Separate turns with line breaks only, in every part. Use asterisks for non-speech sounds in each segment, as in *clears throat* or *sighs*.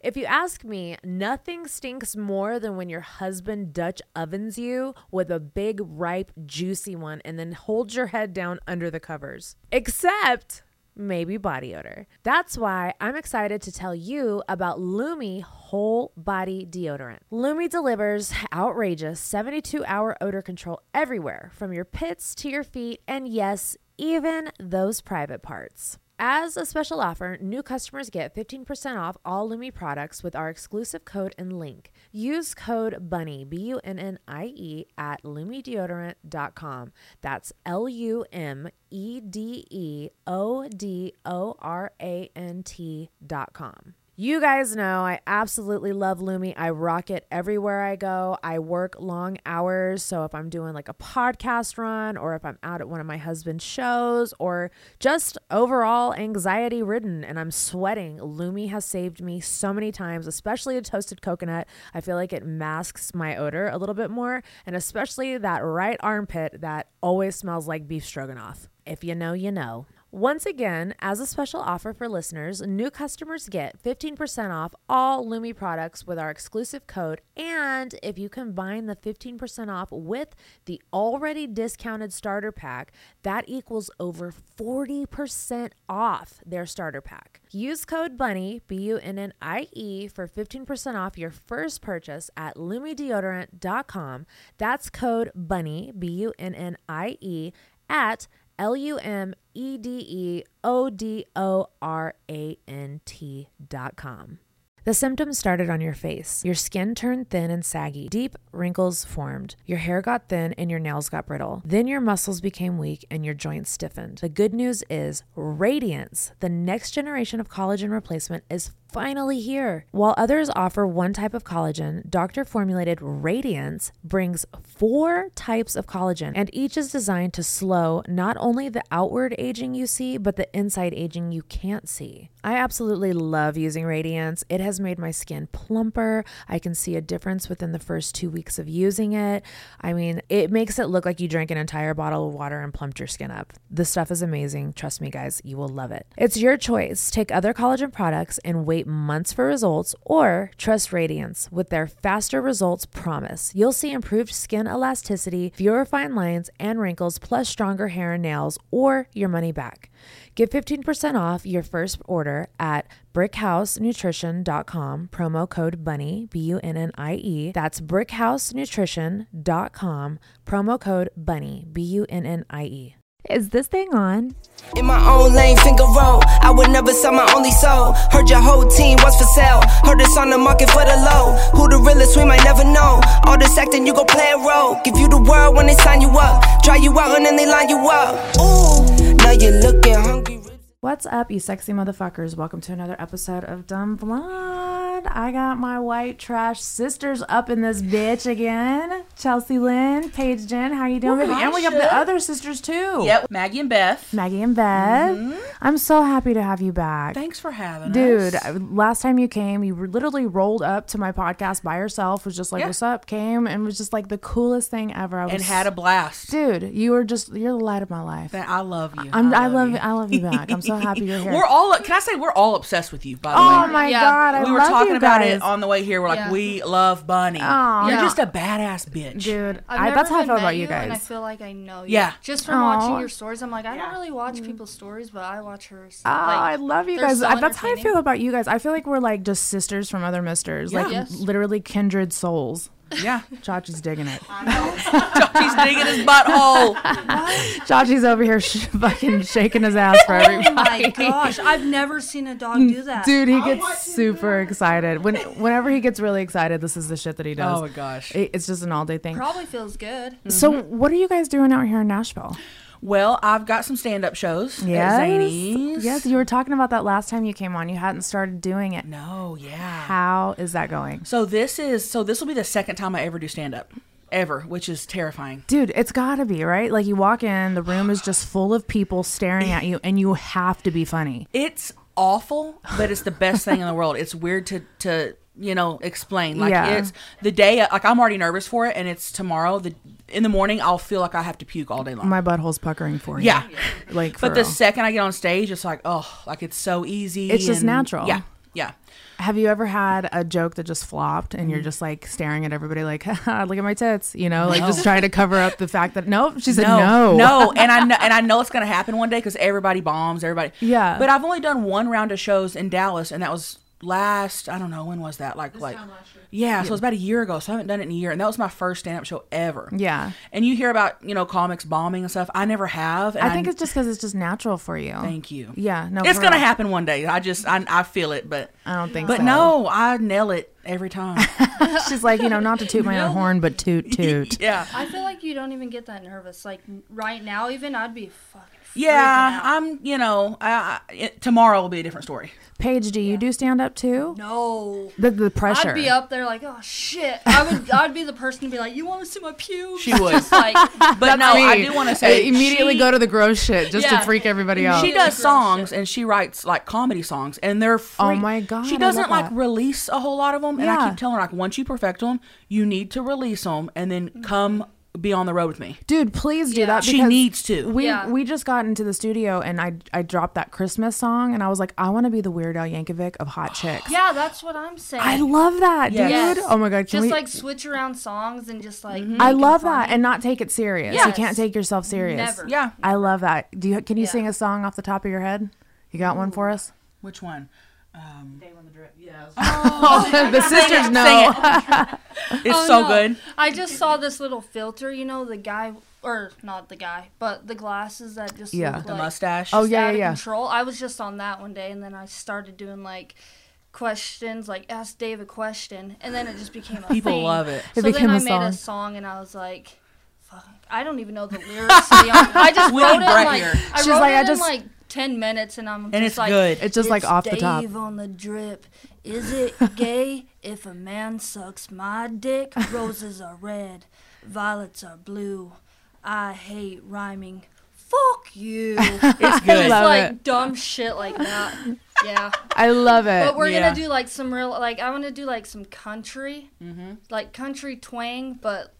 If you ask me, nothing stinks more than when your husband Dutch ovens you with a big, ripe, juicy one and then holds your head down under the covers. Except maybe body odor. That's why I'm excited to tell you about Lumi whole body deodorant. Lumi delivers outrageous 72 hour odor control everywhere from your pits to your feet and yes, even those private parts. As a special offer, new customers get 15% off all Lumi products with our exclusive code and link. Use code BUNNY, B U N N I E, at lumideodorant.com. That's L U M E D E O D O R A N T.com. You guys know I absolutely love Lumi. I rock it everywhere I go. I work long hours. So if I'm doing like a podcast run or if I'm out at one of my husband's shows or just overall anxiety ridden and I'm sweating, Lumi has saved me so many times, especially a toasted coconut. I feel like it masks my odor a little bit more and especially that right armpit that always smells like beef stroganoff. If you know, you know. Once again, as a special offer for listeners, new customers get 15% off all Lumi products with our exclusive code. And if you combine the 15% off with the already discounted starter pack, that equals over 40% off their starter pack. Use code BUNNY, B U N N I E, for 15% off your first purchase at lumideodorant.com. That's code BUNNY, B U N N I E, at L U M E D E O D O R A N T dot com. The symptoms started on your face. Your skin turned thin and saggy. Deep wrinkles formed. Your hair got thin and your nails got brittle. Then your muscles became weak and your joints stiffened. The good news is Radiance, the next generation of collagen replacement, is finally here. While others offer one type of collagen, doctor formulated Radiance brings four types of collagen, and each is designed to slow not only the outward aging you see, but the inside aging you can't see. I absolutely love using Radiance. It has made my skin plumper. I can see a difference within the first two weeks of using it. I mean, it makes it look like you drank an entire bottle of water and plumped your skin up. The stuff is amazing. Trust me, guys, you will love it. It's your choice. Take other collagen products and wait months for results, or trust Radiance with their faster results promise. You'll see improved skin elasticity, fewer fine lines and wrinkles, plus stronger hair and nails, or your money back. Get 15% off your first order at brickhousenutrition.com, promo code BUNNY, B U N N I E. That's brickhousenutrition.com, promo code BUNNY, B U N N I E. Is this thing on?
In my own lane, finger roll. I would never sell my only soul. Heard your whole team was for sale. Heard it's on the market for the low. Who the realest, we might never know. All this acting, you gon' play a role. Give you the world when they sign you up. Try you out and then they line you up. Ooh, now you're looking hungry.
What's up, you sexy motherfuckers? Welcome to another episode of Dumb Blonde. I got my white trash sisters up in this bitch again. Chelsea Lynn, Paige Jen, how you doing, baby? And we got the other sisters too.
Yep, Mm-hmm. Maggie and Beth.
Maggie and Bev. I'm so happy to have you back.
Thanks for having us.
Dude, I- last time you came, you were literally rolled up to my podcast by yourself, was just like,
Yeah.
What's up? Came and was just like the coolest thing ever. I was
And had a blast.
Dude, you were just you're the light of my life.
That I love you.
I'm, I love I love you back. I'm so happy
*laughs*
you're here.
We're all. Can I say we're all obsessed with you? By the
Oh
way,
my
Yeah.
god, I
we were
love
talking
you
about
guys.
it on the way here. We're like,
Yeah.
we love Bunny.
Aw.
You're
Yeah.
just a badass bitch.
dude.
I've
I,
never
that's how I
even
feel
met
about you,
And I
guys.
feel like I know you.
Yeah.
Just from
Aw.
watching your stories, I'm like, I don't really watch
Mm.
people's stories, but I watch hers.
Oh,
Ah,
I love you
they're
guys.
so
I- that's how I
entertaining.
feel about you guys. I feel like we're like just sisters from other misters, like
Yes.
literally kindred souls. *laughs*
Yeah,
Chachi's digging
*laughs*
it.
he's digging his butthole.
Chachi's over here sh- fucking shaking his ass for
*laughs* Oh
everybody.
my gosh, I've never seen a dog do that.
Dude, he gets super excited. When whenever he gets really excited, this is the shit that he does.
Oh my gosh.
It- it's just an all day thing.
Probably feels good.
So,
Mm-hmm.
what are you guys doing out here in Nashville?
Well, I've got some stand-up shows
Yes.
at Zanies.
Yes, you were talking about that last time you came on. You hadn't started doing it.
No. Yeah.
How is that going?
So this is. So this will be the second time I ever do stand-up, ever, which is terrifying.
Dude, it's gotta be, right? Like you walk in, the room is just full of people staring at you, and you have to be funny.
it's awful, but it's the best thing in the world. It's weird to to you know explain. Like
Yeah.
it's the day. Like I'm already nervous for it, and it's tomorrow. The in the morning, I'll feel like I have to puke all day long.
My butthole's puckering for you.
yeah,
Like, for
but the
real.
second I get on stage, it's like oh, like it's so easy.
It's just
and-
natural.
Yeah. Yeah.
Have you ever had a joke that just flopped and
Mm.
you're just like staring at everybody like, *laughs* Haha, look at my tits, you know, like just trying to cover up the fact that nope, she said no. *laughs*
no, and I know, and I know it's gonna happen one day because everybody bombs everybody.
Yeah.
but I've only done one round of shows in Dallas, and that was last. I don't know when was that? Like like yeah, so it was about a year ago. So I haven't done it in a year, and that was my first stand up show ever.
Yeah.
and you hear about you know comics bombing and stuff. I never have. And
I think it's just because it's just natural for you.
*laughs* thank you.
Yeah, no,
it's
for
gonna
real.
happen one day. I just I, I feel it, but
I don't think
But
so.
no, I nail it every time.
*laughs* She's like, you know, not to toot my
*laughs*
own horn, but toot toot.
yeah.
I feel like you don't even get that nervous. Like n- right now, even I'd be fucking.
Yeah,
freaking out.
I'm. You know, I, I, it- tomorrow will be a different story.
Paige, do you do stand up too?
No.
The, the pressure.
I'd be up there like, oh shit. I would. I'd be the person to be like, you want to see my pubes?
She would.
*laughs* Just like,
*laughs* But
Oh,
no, I do want to say
immediately
she-
go to the gross shit just
Yeah.
to freak everybody out.
She
Yeah,
does
the girl
songs and she writes like comedy songs and they're free.
Oh my God, I
She
love
doesn't like
that.
release a whole lot of them and I
Yeah.
keep telling her like once you perfect them, you need to release them and then come be on the road with me.
Dude, please do
Yeah.
that.
She
because
needs to.
We
Yeah.
we just got into the studio and I I dropped that Christmas song and I was like, I want to be the Weird Al Yankovic of hot chicks.
yeah, that's what I'm saying.
I love that,
Yes.
dude. Oh my god, can
just
we,
like switch around songs and just like.
I
make 'em
love that,
funny.
and not take it serious. You
Yes.
can't take yourself serious.
Never.
Yeah.
I love that. Do you can you
Yeah.
sing a song off the top of your head? You got one for *laughs* us?
Which one? Um, Day on the Drip. Yeah.
Oh,
*laughs*
the sisters
Sing
know.
it. it's
Oh,
so
no.
good.
I just saw this little filter. You know the guy, or not the guy, but the glasses that just
Yeah.
look
The
like-
mustache.
Oh
just
yeah,
out
yeah,
of
yeah.
control. I was just on that one day, and then I started doing like questions, like ask Dave a question, and then it just became a
People
thing.
love it.
So
It became
then I
a
made
song.
a song, and I was like, "Fuck, I don't even know the lyrics." to be honest. I just
We
wrote it
need
in
Brett
like
here.
I
She's
wrote
like,
it
I
in
just-
like ten minutes, and I'm
And
just
it's
like,
good.
It's just like
"It's
off the top.
Dave on the drip.
*laughs*
Is it gay if a man sucks my dick? Roses are red, violets are blue. I hate rhyming.
*laughs*
Fuck you.
It's
It's
good.
love
like
it.
dumb shit like that.
*laughs*
yeah.
I love it.
But we're
Yeah.
gonna do like some real like I want to do like some country,
Mm-hmm.
like country twang, but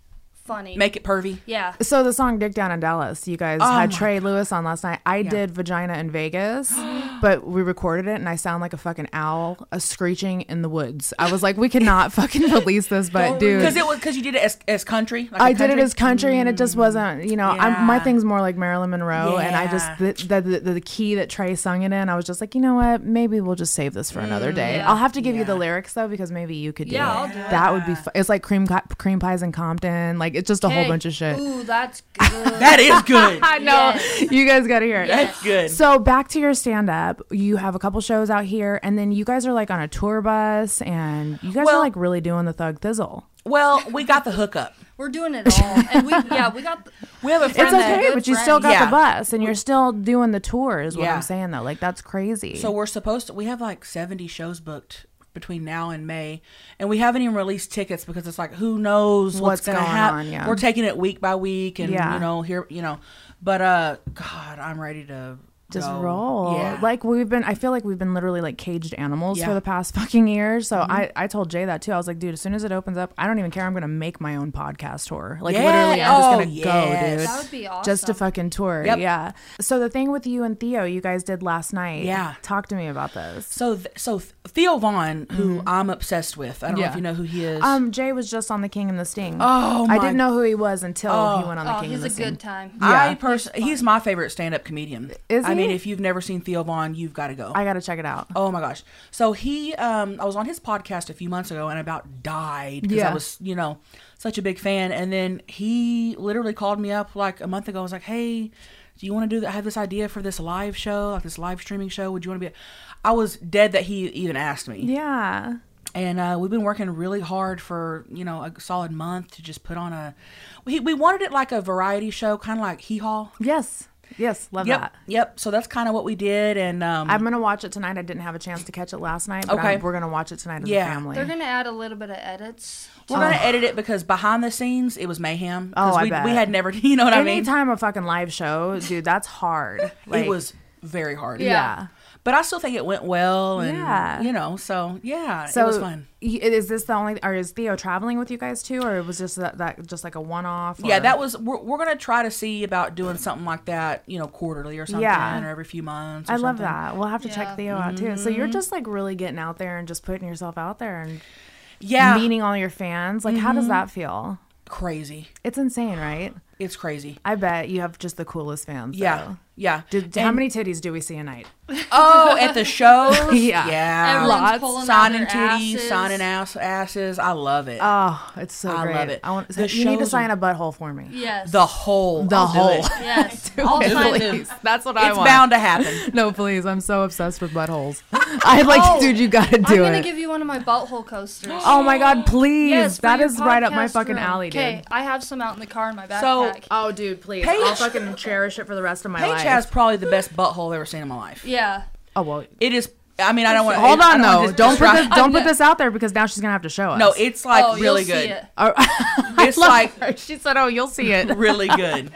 funny.
Make it pervy.
yeah.
So the song "Dick Down in Dallas," you guys had
my
Trey Lewis on last night. I did "Vagina in Vegas," but we recorded it, and I sound like a fucking owl, a screeching in the woods. I was like, we cannot fucking release this, but dude,
Because it was because you did it as, as country. Like a
I did it
country-
as country, and it just wasn't. You know, I'm, my
Yeah.
thing's more like Marilyn Monroe, and I just the, the, the the key that Trey sung it in. I was just like, you know what? Maybe we'll just save this for another day.
yeah.
I'll have to give you the lyrics though, because maybe you could do
Yeah,
it.
I'll do it.
That would be. Fu- it's like cream co- cream pies in Compton. Like it's just a whole
Hey,
bunch of shit. *laughs*
Ooh, that's good.
That is good.
I know. You guys got to hear it.
That's good.
So back to your stand up. You have a couple shows out here and then you guys are like on a tour bus and you guys are
Well-
like really doing the thug thizzle.
Well, we got the hookup.
We're doing it all, and we yeah
*laughs*
we got.
We have a
It's
friend that
okay, but you still got
Yeah.
the bus and you're still doing the tour is what
Yeah.
I'm saying though. Like that's crazy.
So we're supposed to. We have like seventy shows booked between now and May, and we haven't even released tickets because it's like who knows what's,
What's
going to
going
happen.
on, yeah.
We're taking it week by week, and
Yeah.
you know here, you know. But uh, God, I'm ready to
just
go.
roll.
Yeah.
Like we've been I feel like we've been literally like caged animals
Yeah. Mm-hmm.
for the past *laughs* fucking year. So I, I told Jay that too. I was like, dude, as soon as it opens up, I don't even care. I'm gonna make my own podcast tour. Like
Yeah.
literally I'm just
Oh,
gonna go,
yes.
dude.
That would be awesome.
just to fucking tour.
Yep.
Yeah. So the thing with you and Theo, you guys did last night.
Yeah.
Talk to me about this.
So th- so Th- Theo Vaughn, who I'm obsessed with. I don't know if
Mm-hmm. Yeah.
you know who he is.
Um, Jay was just on The King and the Sting.
Oh,
I
my-
didn't know who he was until he went on The
Oh,
King
he's
and the
a
Sting.
good time.
I pers- he's my favorite stand-up comedian.
Is
I mean,
he?
if you've never seen Theo Vaughn, you've got to go.
I gotta check it out.
Oh my gosh. So he um I was on his podcast a few months ago and about died because
Yeah.
I was, you know, such a big fan and then he literally called me up like a month ago and was like, "Hey, do you want to do that? I have this idea for this live show, like this live streaming show. Would you want to be I was dead that he even asked me.
Yeah.
And uh, we've been working really hard for, you know, a solid month to just put on a we, we wanted it like a variety show, kind of like Hee Haw.
Yes. Yes. Love
Yep.
that.
Yep. So that's kind of what we did and um
I'm gonna watch it tonight. I didn't have a chance to catch it last night, but
Okay.
I'm- we're gonna watch it tonight as
Yeah.
a family.
They're gonna add a little bit of edits.
We're gonna edit it because behind the scenes it was mayhem. 'Cause
Oh, I
we,
bet.
we had never, *laughs* you know what I mean? *laughs*
Anytime a fucking live show, dude, that's hard. Like,
it was very hard.
Yeah.
Yeah.
But I still think it went well, and
Yeah.
you know, so yeah,
So
it was fun.
y- Is this the only? Or is Theo traveling with you guys too, or it was just that, that just like a one off?
Yeah, that was. We're, we're gonna try to see about doing something like that, you know, quarterly or something,
Yeah.
or every few months. Or
I love
something. Mm-hmm.
that. We'll have to
Yeah.
check Theo out too. So you're just like really getting out there and just putting yourself out there and
Yeah, Mm-hmm.
meeting all your fans. Like, how does that feel?
crazy.
It's insane, right?
It's crazy.
I bet you have just the coolest fans.
Yeah,
though.
yeah.
Did, how many titties do we see a night? *laughs*
Oh, at the shows.
Yeah.
yeah.
Everyone's
Lots.
pulling out
Signing
their
titties,
asses.
signing ass asses. I love it.
Oh, it's so
I
great.
love it.
I want.
The
you need to
shows
sign a butthole for me.
Yes.
the whole.
The
I'll do
whole. *laughs*
it.
*laughs* Yes. All
do
time.
it.
Please, that's what I
It's
want.
bound
*laughs*
to happen.
No, please. I'm so obsessed with buttholes. *laughs* I'd like,
Oh,
dude, you gotta
I'm
do
gonna
it.
give you one of my butthole coasters.
oh my god, please.
Yes,
that is right up my fucking alley, dude.
Okay, I have some out in the car in my
So-
backpack.
Oh, dude, please.
Paige-
I'll fucking cherish it for the rest of my
Paige
life.
has probably the best butthole I've ever seen in my life.
yeah.
oh well.
It is. I mean, I don't want.
Hold
I
on
wanna
though.
dis-
Don't put
disrupt-
this, don't put
not-
this out there because now she's gonna have to show us.
No, it's like
oh,
really
you'll See
good.
it.
*laughs* Oh,
It's like
she said, "Oh, you'll see
*laughs*
*laughs*
it."
really good.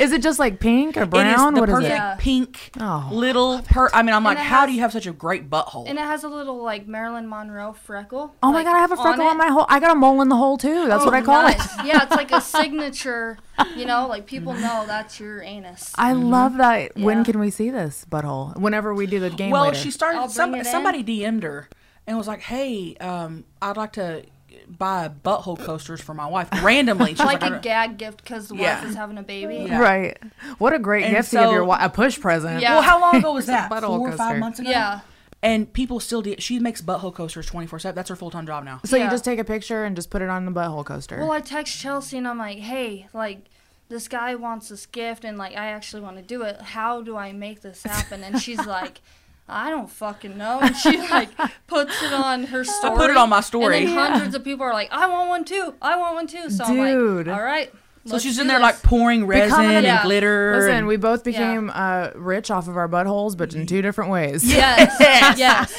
Is it just like pink or brown?
It is the
What is
perfect
it?
Yeah.
pink
Oh,
little per. I mean, I'm like,
it
how
has-
do you have such a great butthole?
And it has a little like Marilyn Monroe freckle.
Oh my
like,
god, I have a freckle on,
it. Oh,
my hole. I got a mole in the hole too. That's what I call it.
Nice. Yeah, it's like a signature. You know, like people know that's your anus.
*laughs* I love that. When
Yeah.
can we see this butthole? Whenever we do the game.
well,
later.
she started.
I'll
Some,
bring it in.
somebody DM'd her and was like, "Hey, um, I'd like to buy butthole coasters for my wife randomly." She's
like
like,
a gag gift because the
Yeah.
wife is having a baby.
Yeah.
right. What a great
And
gift to give your
so-
wife. A push present.
Yeah.
Well, how long ago was that? Four
butthole
or five
coaster.
months ago.
Yeah.
And people still. De- she makes butthole coasters 24 seven. That's her full time job now.
So you
Yeah.
just take a picture and just put it on the butthole coaster.
Well, I text Chelsea and I'm like, hey, like, this guy wants this gift and, like, I actually want to do it. How do I make this happen? And
*laughs*
she's like, I don't fucking know. And she, like, puts it on her story.
put it on my story.
And then
*laughs*
hundreds of people are like, I want one too. I want one too. So I'm
Dude.
like, all right.
So she's in there like *laughs* pouring resin
Becoming a-
and
Yeah.
glitter.
Listen,
and-
we both became uh, rich off of our buttholes, but in two different ways.
Yes. yes.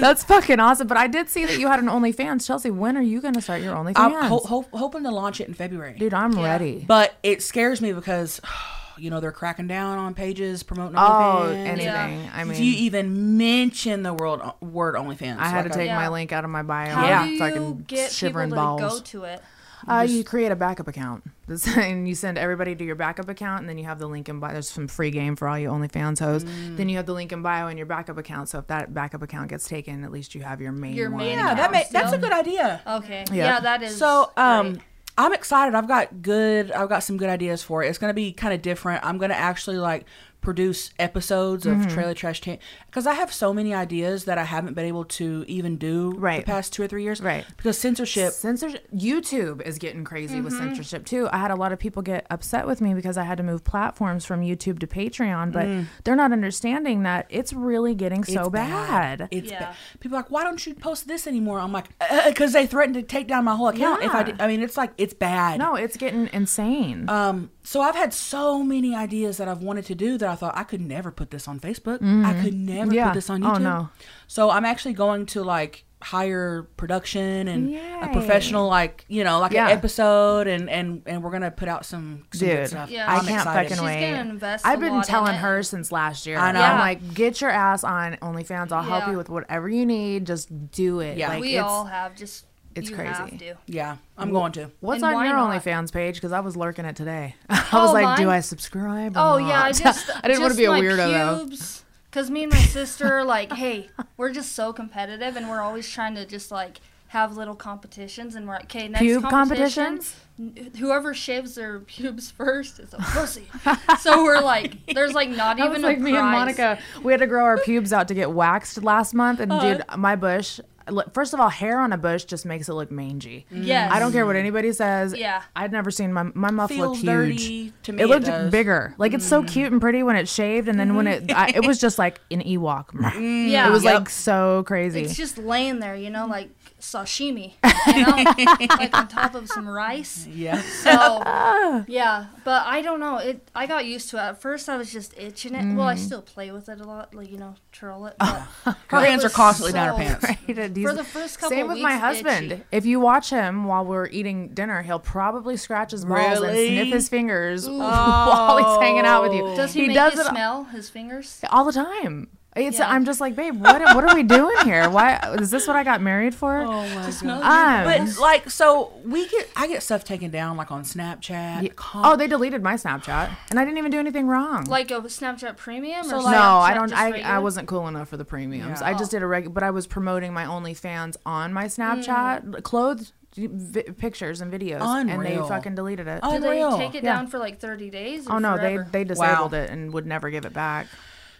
*laughs* That's fucking awesome. But I did see that you had an OnlyFans. Chelsea, when are you going to start your OnlyFans?
I'm ho- ho- hoping to launch it in February.
Dude, I'm ready.
But it scares me because, *sighs* you know, they're cracking down on pages promoting
Oh,
OnlyFans.
anything. I
if
mean,
you even mention the world uh, word OnlyFans,
I had to take
Yeah.
my link out of my bio.
How
Yeah.
do
I'm
you
fucking
get people
shivering
to
balls.
go to it?
Uh, you create a backup account, *laughs* This- and you send everybody to your backup account, and then you have the link in bio. There's some free game for all you OnlyFans hoes. Then you have the link in bio in your backup account. So if that backup account gets taken, at least you have your main
Your
one.
main
Yeah, that may, that's a good idea.
Okay. Yeah,
Yeah.
that is.
So, um,
great.
I'm excited. I've got good. I've got some good ideas for it. It's gonna be kind of different. I'm gonna actually like produce episodes
Mm-hmm.
of Trailer Trash Can because I have so many ideas that I haven't been able to even do
Right.
the past two or three years.
Right.
Because censorship.
Censorship. YouTube is getting crazy with censorship too. I had a lot of people get upset with me because I had to move platforms from YouTube to Patreon, but they're not understanding that it's really getting so
It's
bad.
It's
Yeah.
bad. People are like, why don't you post this anymore? I'm like, because they threatened to take down my whole account if I
Yeah.
did. I mean, it's like it's bad.
no, it's getting insane.
Um, so I've had so many ideas that I've wanted to do that I thought I could never put this on Facebook. I could never
Mm-hmm. Yeah.
put this on
Oh,
YouTube.
no.
So I'm actually going to like hire production and a professional like you know like
Yeah.
an episode and and and we're gonna put out some, some good
Dude,
stuff.
Yeah.
I'm
I
can't
excited.
fucking
She's
wait.
gonna invest.
I've
a
been
lot in
telling
it.
her since last year.
I know.
I'm
Yeah.
like, get your ass on OnlyFans. I'll help
Yeah.
you with whatever you need. Just do it.
Yeah.
Like,
we
it's-
all have just.
it's
you
crazy.
Have to.
Yeah, I'm going to.
What's
and
on
why
your
not?
OnlyFans page? Because I was lurking it today. *laughs* I was
Oh,
like, do
mine-
I subscribe? Or
Oh yeah,
*laughs*
I
not?
just.
I didn't want to
just
be a
my
weirdo though.
pubes, Cause me and my sister are like, hey,
*laughs*
we're just so competitive, and we're always trying to just like have little competitions, and we're like, okay, next
Pube
competition,
competitions?
n- whoever shaves their pubes first is a pussy. so we're like, there's like
*laughs*
not
That was
even
like
a
me and
prize.
Monica. We had to grow our pubes out to get waxed last month, and
Uh-huh.
dude, my bush. look, First of all, hair on a bush just makes it look mangy.
Yes.
I don't care what anybody says.
Yeah.
I'd never seen my my muff
Feels
looked huge.
dirty to me.
It looked
does.
bigger. Like it's
Mm-hmm.
so cute and pretty when it's shaved, and then when it I, it was just like an Ewok.
Yeah.
It was *laughs*
Yep.
like so crazy.
Mm. It's just laying there, you know, like sashimi, you know, like on top of some rice.
Yeah.
So yeah, but I don't know. It I got used to it. At first, I was just itching it. Well, I still play with it a lot, like you know, twirl it. But
Her
it
hands are
was
constantly down her
so- *laughs*
pants.
for
the first couple
Same with my
weeks,
husband.
itchy.
If you watch him while we're eating dinner, he'll probably scratch his balls
Really?
and sniff his fingers *laughs* while he's hanging out with you.
does he, make
does
you
it
smell his fingers?
all the time. It's
Yeah.
I'm just like, babe, what what are we doing here? Why is this what I got married for?
Oh
my god.
Um,
But like, so we get I get stuff taken down like on Snapchat.
y-
con-
oh, they deleted my Snapchat, and I didn't even do anything wrong.
Like a Snapchat premium or
no,
Snapchat
I don't.
just
I, I
regular?
wasn't cool enough for the premiums.
Yeah.
I just did a regular, but I was promoting my OnlyFans on
Mm.
my Snapchat, clothed vi- pictures and videos, and they
Unreal.
fucking deleted it.
Did
Unreal.
they take it
Yeah.
down for like 30 days? Or
oh no,
Oh, forever?
they they disabled it and would never give it back.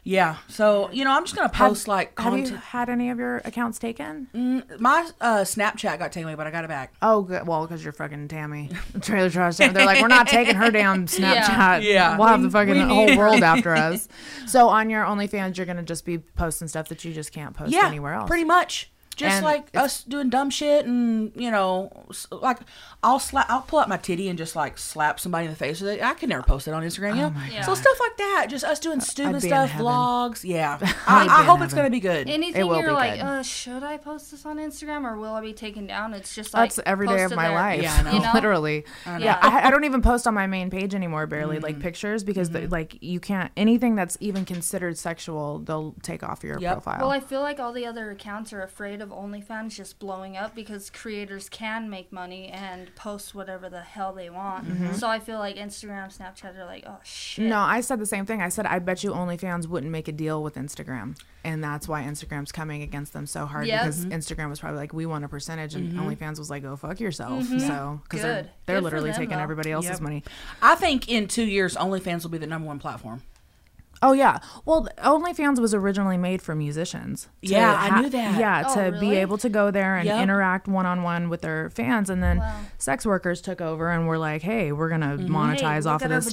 Yeah. So you know, I'm just gonna
Have-
post like
have
content.
you had any of your accounts taken?
My uh, Snapchat got taken away, but I got it back.
Oh, good. well, because you're fucking Tammy, trailer trash. Tammy. They're like, we're not taking her
*laughs*
down Snapchat.
Yeah.
we'll have the
We-
fucking
we
whole
need her."
world
*laughs*
after us. So on your OnlyFans, you're gonna just be posting stuff that you just can't post
Yeah.
anywhere else.
Pretty much. Just
And
like us doing dumb shit, and you know, s- like I'll slap, I'll pull out my titty and just like slap somebody in the face. with it. I could never post it on Instagram,
Oh
you know.
God.
So stuff like that, just us doing
be in
stupid stuff,
heaven.
vlogs.
*laughs*
Yeah,
I'd
I,
be
I
in
hope it's
heaven.
gonna be good.
Anything
will
you're
be
like,
good.
uh, should I post this on Instagram or will I be taken down? It's just like
That's every day of
posted
my
there,
life.
Yeah,
*laughs*
I know.
You know?
Literally.
know.
Yeah, I, I don't even post on my main page anymore, barely,
Mm-hmm.
like pictures, because the- like you can't, anything that's even considered sexual, they'll take off your
Yep.
profile.
Well, I feel like all the other accounts are afraid of OnlyFans just blowing up because creators can make money and post whatever the hell they want. So I feel like Instagram, Snapchat are like, oh shit.
Mm-hmm. no, I said the same thing. I said, I bet you OnlyFans wouldn't make a deal with Instagram. And that's why Instagram's coming against them so hard
Yep. Mm-hmm.
because Instagram was probably like, we want a percentage, and OnlyFans was like, go fuck yourself. So, because they're,
Good.
they're
Good for
literally
them,
taking
though.
everybody else's
Yep.
money.
I think in two years, OnlyFans will be the number one platform.
Oh yeah. Well, th- OnlyFans was originally made for musicians. to
Yeah, I knew that.
Yeah,
Oh,
to be
really?
able to go there and
Yep.
interact one on one with their fans, and then
Wow. Mm-hmm.
sex workers took over and were like, "Hey, we're gonna
Hey,
monetize
look
off of
at our
this."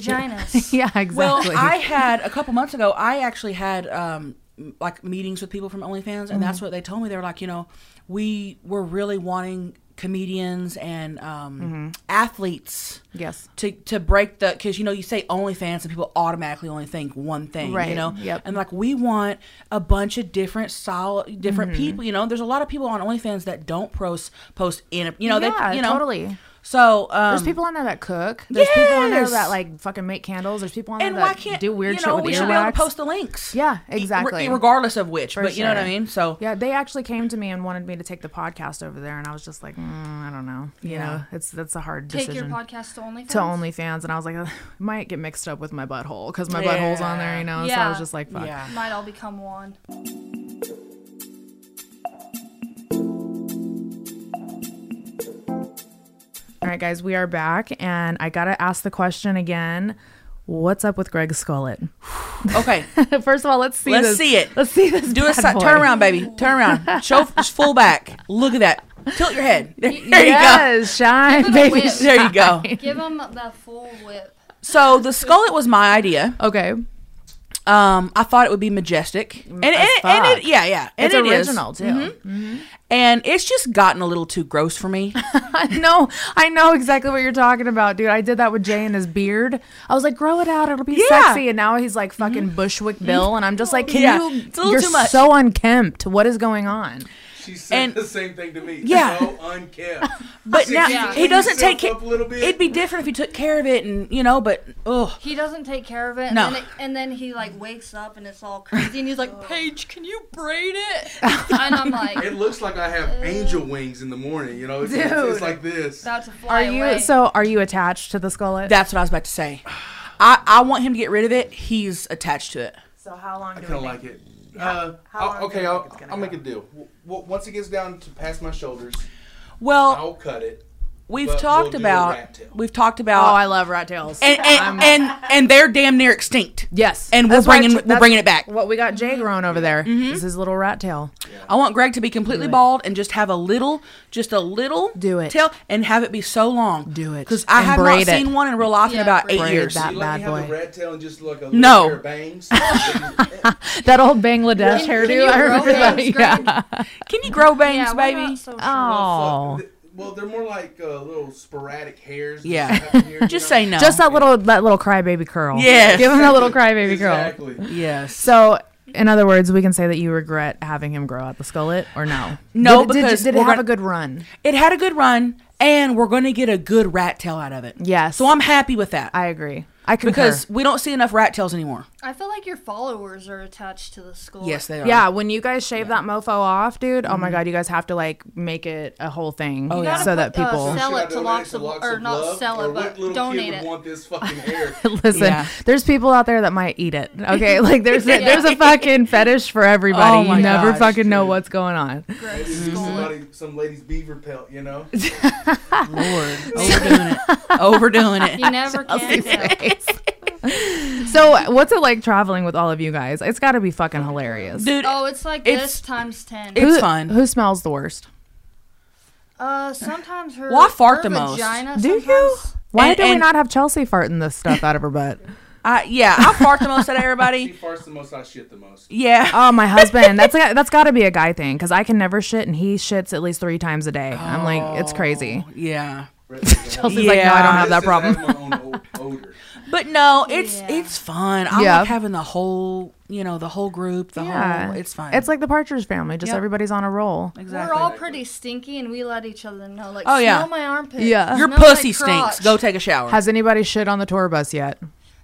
*laughs*
vaginas.
yeah,
Well,
exactly. *laughs*
I had a couple months ago. I actually had um, m- like meetings with people from OnlyFans, and
Mm-hmm.
that's what they told me. They were like, you know, we were really wanting comedians and um,
Mm-hmm.
athletes
yes.
to to break the because you know you say OnlyFans and people automatically only think one thing,
Right,
You know,
yep.
And like we want a bunch of different style, different
Mm-hmm.
people. You know, there's a lot of people on OnlyFans that don't post post in. You know,
yeah,
they you know
totally.
So um,
There's people on there that cook. There's people on there
yes!
that like fucking make candles. There's people on there
and
that
why can't
do weird
you know,
shit
we
with
should be able
earwax.
to post the links
Yeah,
E- re-
exactly.
regardless of which
For
but you know what i
sure.
mean so
Yeah, they actually came to me and wanted me to take the podcast over there, and I was just like, mm, I don't know. You
Yeah.
know, it's that's a hard
Take
decision.
your podcast to OnlyFans.
to OnlyFans, and I was like, "Ugh, might get mixed up with my butthole because my butthole's on there, you know. So I was
Yeah.
just like, fuck.
yeah
Might all become one.
*laughs* All right, guys, we are back, and I gotta ask the question again. What's up with Greg Scullett? *laughs*
okay
First of all, let's see.
Let's
this.
see it.
Let's see this.
do a
bad
si-
boy.
turn around baby turn
*laughs*
around show f- full back look at that tilt your head there you
Yes,
*laughs*
shine, baby.
whip.
go there you
*laughs*
go
Give them the full whip.
so the skullet was my idea
Okay,
um i thought it would be majestic and, and,
Mm, as
it- and
fuck.
it yeah yeah and
it's
it is.
original too.
and it's just gotten a little too gross for me
no, *laughs* I know exactly what you're talking about, dude. I did that with Jay and his beard. I was like, grow it out, it'll be
Yeah. Mm-hmm.
sexy. And now he's like fucking Bushwick Bill, and I'm just like, can
Yeah.
you?
It's a little
you're
too much.
so unkempt. What is going on?
She said
And-
the same thing to me.
*laughs* Yeah.
So unkempt.
*laughs*
but
Said,
now
"Can you
Yeah.
he
clean
doesn't
yourself
take it
up a little bit?"
it'd be different if he took care of it and you know but oh
He doesn't take care of it, and,
No.
then, it, and then he like wakes up and it's all crazy, and he's like,
*laughs*
"Paige, can you braid it?" and I'm like,
It looks like I have angel wings in the morning. You know, it's, it's, it's like this.
"About to fly
Are you
away."
so? Are you attached to the skullet?
That's what I was about to say. *sighs* I, I want him to get rid of it. He's attached to it.
so how long
I
do
kind of like it. Uh,
how
I'll-
long do
okay,
you
I'll,
think it's gonna
I'll
go?
make a deal. W- w- once it gets down to past my shoulders,
Well,
I'll cut it.
we've
Oh, but
talked
we'll do a rat
about
tail.
we've talked
Oh,
about
I love rat tails.
Uh, and and, and and they're damn near extinct.
yes,
and we're
That's why I
bringing-
ch-
we're
that's
bringing it back. Mm-hmm.
What we got, Jay growing over there is his little rat tail.
I want Greg to be completely bald and just have a little, just a little
Do it.
tail, and have it be so long.
Do it.
because I
And
have not
braid it.
seen one in real life
Yeah,
in about
braid
eight years.
that.
You let
bad
me have
boy.
a rat tail and just like a little
No.
pair
*laughs*
of bangs. I
That old Bangladesh
Can- can
hairdo.
you
I remember
grow
that.
bangs,
Yeah.
Can you grow bangs,
yeah, we're
baby?
not so sure.
Oh.
Well, they're more like uh, little sporadic hairs. that
Yeah.
happen here, you
Just
know?
say no.
Just that little that little crybaby curl.
Oh, Yes.
Give him that little crybaby curl.
Exactly.
yes.
So, in other words, we can say that you regret having him grow out the skullet, or no?
No,
did, did-
because
did, it
we're
have
gonna-
a good run?
It had a good run, and we're going to get a good rat tail out of it.
Yes.
So I'm happy with that.
I agree. I concur.
because we don't see enough rat tails anymore.
I feel like your followers are attached to the school.
Yes, they are.
yeah, when you guys shave that mofo off, dude, oh
Mm-hmm.
my god, you guys have to like make it a whole thing
You
gotta
so
put,
that
uh,
people
Sell
Should I
it to
donate
Locks of- or not sell it,
or
but
what little
donate
kid would
it.
want this fucking hair?
*laughs* listen.
Yeah.
There's people out there that might eat it.
*laughs*
Okay, like there's a, there's a fucking fetish for everybody.
Oh my
you never
gosh,
fucking know
dude.
what's going on.
Maybe it'd
Mm-hmm.
be somebody, some lady's beaver pelt, you
*laughs*
know?
Lord, overdoing it,
*laughs*
overdoing it.
You never can tell.
so what's it like traveling with all of you guys? It's got to be fucking hilarious.
Dude,
Oh, it's like
It's-
this times ten.
it's
who,
fun.
Who smells the worst?
uh, sometimes her.
Why fart
her
the most?
vagina
Do you?
sometimes-
Why
And-
do we
and-
not have Chelsea farting this stuff out of her butt?
I, yeah, I fart the most out of
She
everybody.
farts the most, I shit the most.
Yeah.
*laughs* Oh, my husband. That's a, that's got to be a guy thing because I can never shit, and he shits at least three times a day. I'm like, it's crazy.
Yeah.
Chelsea
Chelsea's like, no, I
Yeah.
don't have that *laughs* problem. *laughs*
odor.
But no, it's
Yeah.
it's fun. I
Yeah.
like having the whole, you know, the whole group, the
Yeah.
whole. It's fun.
Oh, It's like the Partridge Family. Just
Yep.
everybody's on a roll.
exactly.
We're all pretty stinky, and we let each other know. Like,
Oh,
smell
yeah.
my armpit.
Yeah.
Your
smell my
pussy stinks.
crotch."
Go take a shower.
Has anybody shit on the tour bus yet?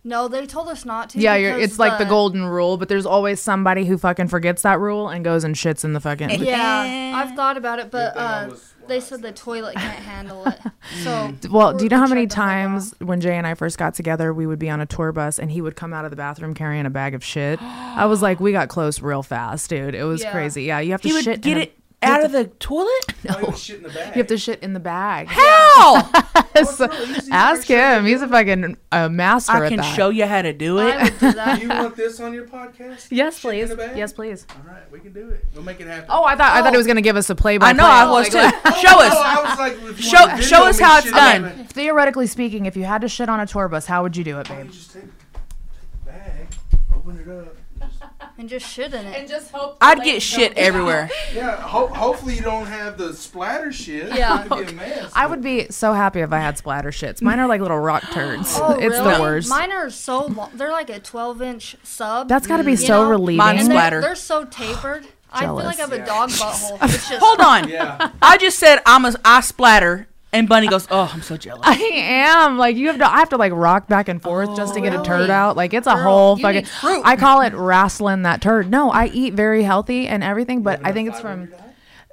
No, they told us not to.
Yeah, you're,
because
it's like the golden rule, but there's always somebody who fucking forgets that rule and goes and shits in the fucking.
Yeah, I've thought about it, but
thing I
uh,
was
they
wise
said the toilet can't handle it.
*laughs*
So,
Well,
we're-
do you know
we
how many
tried to hold
times when Jay and I first got together, we would be on a tour bus and he would come out of the bathroom carrying a bag of shit? I was like, we got close real fast, dude. It was
Yeah.
crazy. Yeah, you have to
you would
shit. in
get
a-
it out of the toilet?
Not even shit in the bag.
you
*laughs*
have to shit in the bag.
How?
So ask him. He's a fucking uh, master
I
at
can
that.
show you how to do
on.
it.
I would do that.
You want this on your podcast?
yes,
Shit in
please.
the bag?
Yes, please.
All right, we can do it. We'll make it happen.
Oh, I thought I thought he was gonna give us a Oh, play.
I know I was too. Show
No,
us.
I was like, if you
Show-
wanna video
show us
me
how it's
shit,
done.
I'm like,
Theoretically speaking, if you had to shit on a tour bus, how would you do it,
"Why don't
babe?
you just take, take the bag, open it up. Just,
and just shit in it.
just hope.
I'd get shit everywhere.
yeah, ho- hopefully you don't have the splatter shit.
Yeah.
It could be a mess.
I would be so happy if I had splatter shits. Mine are like little rock turds.
Oh,
it's
really?
the worst.
Mine are so long. They're like a 12 inch sub.
That's got to be
you
so
know?
relieving.
Mine
and they're,
splatter.
they're so tapered. I feel like I have a
Jealous.
dog
*laughs*
butthole. It's just
Hold
*laughs*
on.
Yeah.
I just said I'm a I splatter, and Bunny goes, "Oh, I'm so jealous."
I am like you have to. I have to like rock back and forth just to get a turd
Oh, really?
out. Like it's a
Girl,
whole
you
fucking.
need fruit.
I call it wrestling that turd. No, I eat very healthy and everything, but I think it's from.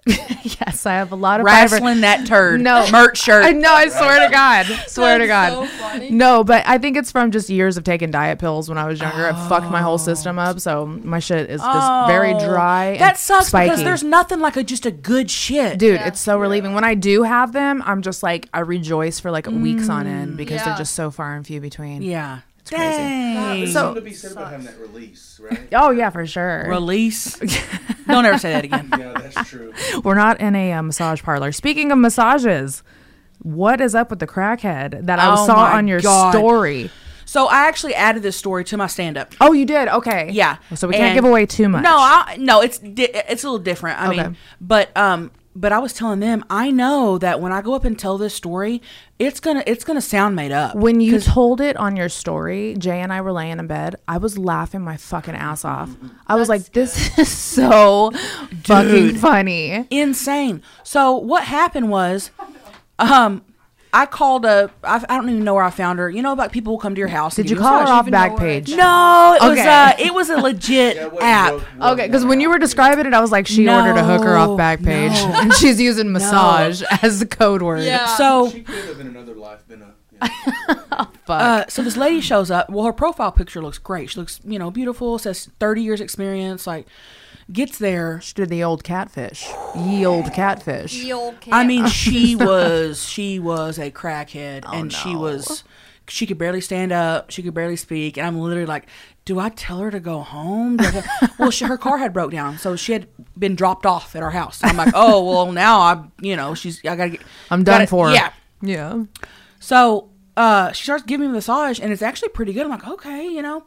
*laughs* yes, I have a lot of fiber.
Wrestling that turd.
No. *laughs*
merch
I
shirt.
know. I swear to God. Swear to God.
That's so funny.
No, but I think it's from just years of taking diet pills when I was younger. It fucked my whole system up, so my shit is just very
Oh,
dry. and
That sucks
spiky.
because there's nothing like a just a good shit.
Dude, it's so relieving. When I do have them, I'm just like I rejoice for like weeks on end because they're
Yeah.
just so far and few between.
Yeah. It's
crazy.
There's
So-
something to be said about having that release, right?
Oh yeah, for sure.
Release. *laughs* Don't ever say that again.
*laughs* Yeah, that's true.
We're not in a uh, massage parlor. Speaking of massages, what is up with the crackhead that I
Oh
saw
my
on your
God.
story?
So I actually added this story to my stand up.
Oh, you did. Okay.
Yeah.
Oh, So we can't
And-
give away too much.
No, I, no, it's di- it's a little different. I
Okay.
mean, but um, but I was telling them I know that when I go up and tell this story, it's gonna it's gonna sound made up.
When you told it on your story, Jay and I were laying in bed. I was laughing my fucking ass off. I was like, this is so
*laughs*
fucking funny.
insane. So what happened was, um, I called a. I, I don't even know where I found her. You know, like people will come to your house. and
Did
give
you call her
massage.
off
even know where
Backpage?
No, it was
Okay.
a it was a legit
Yeah, what-
app.
what- what-
Okay, because when you were describing it, I was like, she ordered a hooker off
No,
Backpage, *laughs*
no.
and she's using massage as the code word.
Yeah.
So
Um, She could have in another life been a. You know,
uh, so this lady shows up. Well, her profile picture looks great. She looks you know beautiful. Says thirty years experience. Like gets there.
She did the old catfish, ye old catfish.
eel cat.
I
*laughs*
mean, she was she was a crackhead,
Oh,
and she was she could barely stand up, she could barely speak, and I'm literally like, do I tell her to go home? Do I tell- well, she, her car had broke down, so she had been dropped off at our house. I'm like, oh well, now I you know she's I gotta get
I'm done
gotta-
for. her.
Yeah,
yeah.
so uh, she starts giving me a massage, and it's actually pretty good. I'm like, okay, you know,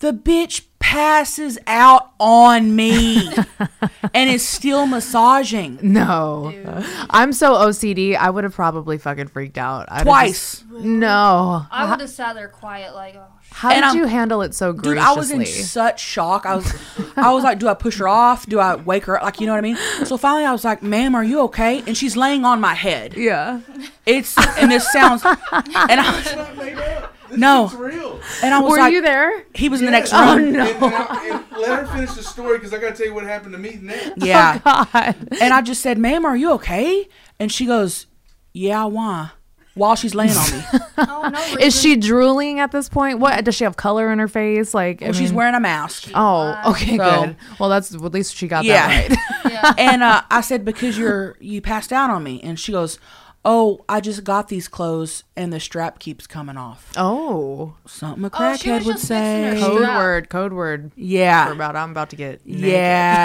the bitch passes out on
*laughs*
me, and is still massaging.
No, I'm so OCD. I would have probably fucking freaked out I'd have
Twice.
just- no.
I would have sat there quiet, like, oh, sh-
How
And
did
I'm-
you handle it so
Dude,
graciously?
I was in such shock. I was, I was like, do I push her off? Do I wake her up? Like, you know what I mean? So finally, I was like, ma'am, are you okay? And she's laying on my head.
yeah.
It's and this sounds, and I was,
not made up. This
No.
It's real.
And I was
Were
like,
you there? Oh,
he was in the next
Yeah. Oh,
room.
And, and I- and let her finish the story because I got to tell you what happened to me next.
Yeah.
God.
And I just said, ma'am, are you okay? And she goes, yeah, why? While she's laying on me.
Oh, no reason.
Is she drooling at this point? What does she have color in her face? Like, I
Well, she's
mean-
wearing
*laughs*
a mask.
Oh, okay,
So-
good. Well, that's well, at least she got
Yeah.
that right. *laughs*
and uh, I said, because you're, you passed out on me. And she goes, oh, I just got these clothes and the strap keeps coming off.
oh,
Something a
Oh, she was
crackhead would
just fixing her
say.
code
Strap.
word, code word.
Yeah.
For about I'm about to get. naked.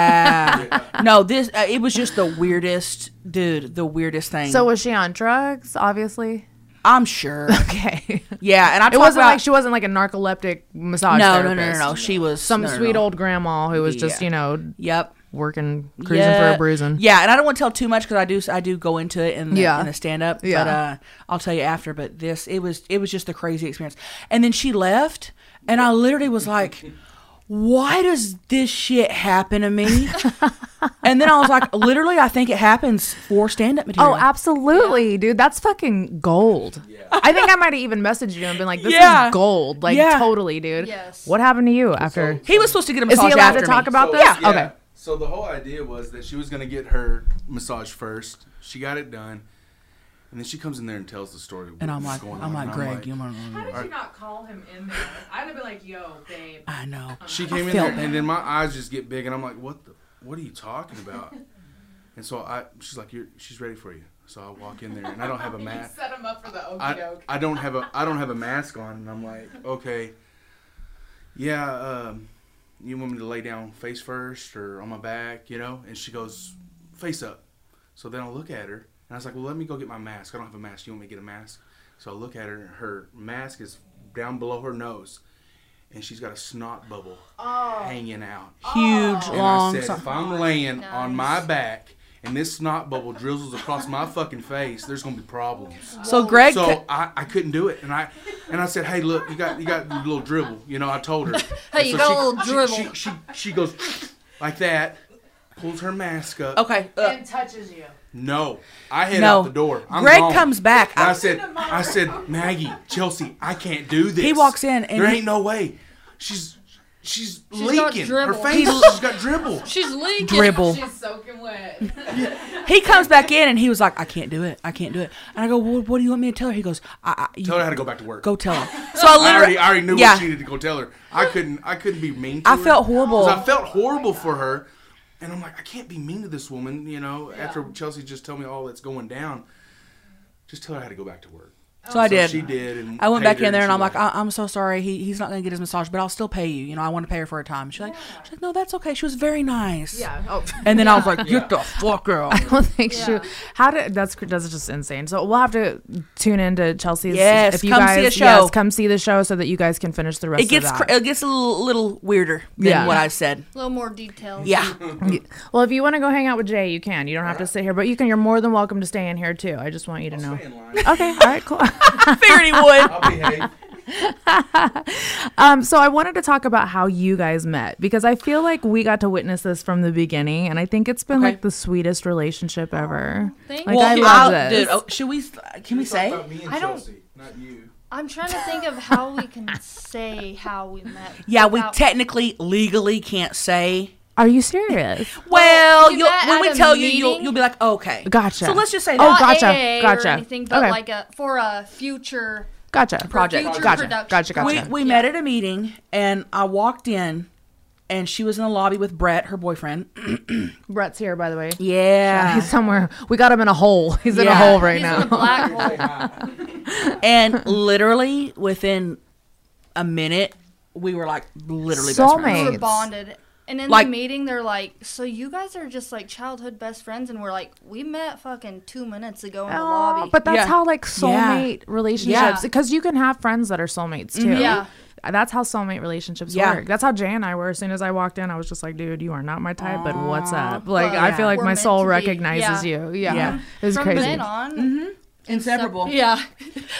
Yeah. no, this uh, it was just the weirdest, dude. The weirdest thing.
So was she on drugs? Obviously.
I'm sure.
Okay. *laughs*
Yeah, and I
It
talk
wasn't
about,
like she wasn't like a narcoleptic massage
No, no, no,
therapist.
no, no. She was
Some
no, no,
sweet
no.
old grandma who was just
Yeah.
you know
Yep.
working cruising for
Yeah.
a bruising.
Yeah, and I don't want to tell too much because I do I do go into it in the,
Yeah.
in the stand up.
Yeah.
But uh, I'll tell you after. But this it was it was just a crazy experience. And then she left, and I literally was like, "Why does this shit happen
*laughs*
to me?" and then I was like, "Literally, I think it happens for stand up material."
Oh, absolutely, dude. That's fucking gold. I think I might have even messaged you and been like, "This
Yeah.
is gold." Like,
Yeah.
totally, dude.
Yes.
What happened to you after?
He was supposed to get a
Is
massage
he allowed to
after
talk
me.
about this? Okay.
So the whole idea was that she was gonna get her massage first. She got it done, and then she comes in there and tells the story.
And
what
I'm
was
like,
going
I'm
on.
like,
And
Greg, you might.
did you not call him in there? I'd have been like, "Yo, babe."
I know.
She came in
felt
there, and then my eyes just get big, and I'm like, what the? What are you talking *laughs* about? and so I, she's like, you're, she's ready for you. So I walk in there, and I don't have a mask.
Set him up for the okie
I, I don't have a I don't have a mask on, and I'm like, okay, yeah, um, you want me to lay down face first or on my back, you know? And she goes face up. So then I look at her, and I was like, well, let me go get my mask. I don't have a mask. You want me to get a mask? So I look at her, and her mask is down below her nose, and she's got a snot bubble hanging out.
Huge
And
Oh. long.
I said,
so-
if I'm laying on my back. And this snot bubble drizzles across my fucking face. There's gonna be problems.
so Greg.
So I, I couldn't do it, and I and I said, "Hey, look, you got you got a little dribble." You know, I told
*laughs*
her. And
you got a little
she,
dribble.
She, she, she goes like that, pulls her mask up.
okay. Uh,
touches you.
No, I head
No.
out the door. I'm
Greg
gone.
comes back.
And I
I-
said, I said, Maggie, Chelsea, I can't do this.
He walks in and
there
he-
ain't no way. She's she's,
got
leaking. Her
dribble.
face, she's
*laughs*
got dribble.
She's leaking.
*laughs*
dribble.
soaking wet.
*laughs* He comes back in and he was like, "I can't do it. I can't do it." And I go, well, "What do you want me to tell her?" He goes, "I, I you
Tell her how to go back to work.
go
*laughs*
tell her." So I
I
literally,
already, I already knew
yeah.
what she needed to go tell her. I couldn't, I couldn't be mean. to
I
her.
felt horrible.
'Cause I felt horrible for her, and I'm like, I can't be mean to this woman. You know, after Chelsea just told me all that's going down, just tell her how to go back to work.
So I did.
She did. And
I went
paid
back
her,
in there and
she
I'm like,
left.
I- I'm so sorry. He- he's not going to get his massage, but I'll still pay you. You know, I want to pay her for her time. She's like, she's like, no, that's okay. She was very nice.
Yeah. Oh.
And then I was like, get the
*laughs*
fuck out.
I don't think she. How did that's cr- that's just insane. So we'll have to tune into Chelsea's.
Yes,
if you
come see
guys,
a show.
Yes, come see the show so that you guys can finish the rest.
It gets
of
cr-
that.
it gets a little, little weirder than
Yeah.
what I said.
A little more details.
*laughs*
Yeah.
well, if you want to go hang out with Jay, you can. You don't have to sit here, but you can. You're more than welcome to stay in here too. I just want you to know.
Stay in line.
*laughs*
Okay. All right. Cool.
I figured he would.
I'll
*laughs*
behave.
Um, so I wanted to talk about how you guys met because I feel like we got to witness this from the beginning, and I think it's been
Okay.
like the sweetest relationship ever.
Thank
Like
you.
I
Well,
love
I'll-
this.
Dude, oh, should we? Can we say?
About me and
I don't-
Chelsea, not you.
I'm trying to think of how we can say how we met.
*laughs* Yeah, we
without-
technically, legally can't say.
Are you serious?
Well,
we
you'll,
Oh, met
when
at
we
a
tell you, you'll,
meeting.
you'll be like, okay.
Gotcha.
So let's just say
Oh,
that.
Not
gotcha,
AAA or
gotcha.
anything, but
Okay.
like a for a future
Gotcha.
Project.
future
Gotcha.
production.
Gotcha. Gotcha.
We, we met at a meeting, and I walked in, and she was in the lobby with Brett, her boyfriend. *clears throat*
Brett's here, by the way.
Yeah.
He's somewhere. We got him in a hole. *laughs* He's in a
Yeah.
hole right now.
Uh, He's in a
*laughs*
black hole.
*laughs*
and literally within a minute, we were like literally best friends.
Soulmate.
We were
It's-
bonded. And in
Like-
the meeting, they're like, "So you guys are just like childhood best friends?" And we're like, "We met fucking two minutes ago in the
Aw,
lobby."
But that's
Yeah.
how like soulmate relationships,
Yeah.
because you can have friends that are soulmates too.
Yeah.
That's how soulmate relationships
Yeah.
work. That's how Jay and I were. As soon as I walked in, I was just like, dude, you are not my type, but what's up? Like, I feel like
Ah. We're
my
meant
soul
to be.
recognizes
Yeah.
you. Yeah.
Yeah.
It was
From
crazy.
then on, *laughs*
Inseparable.
yeah,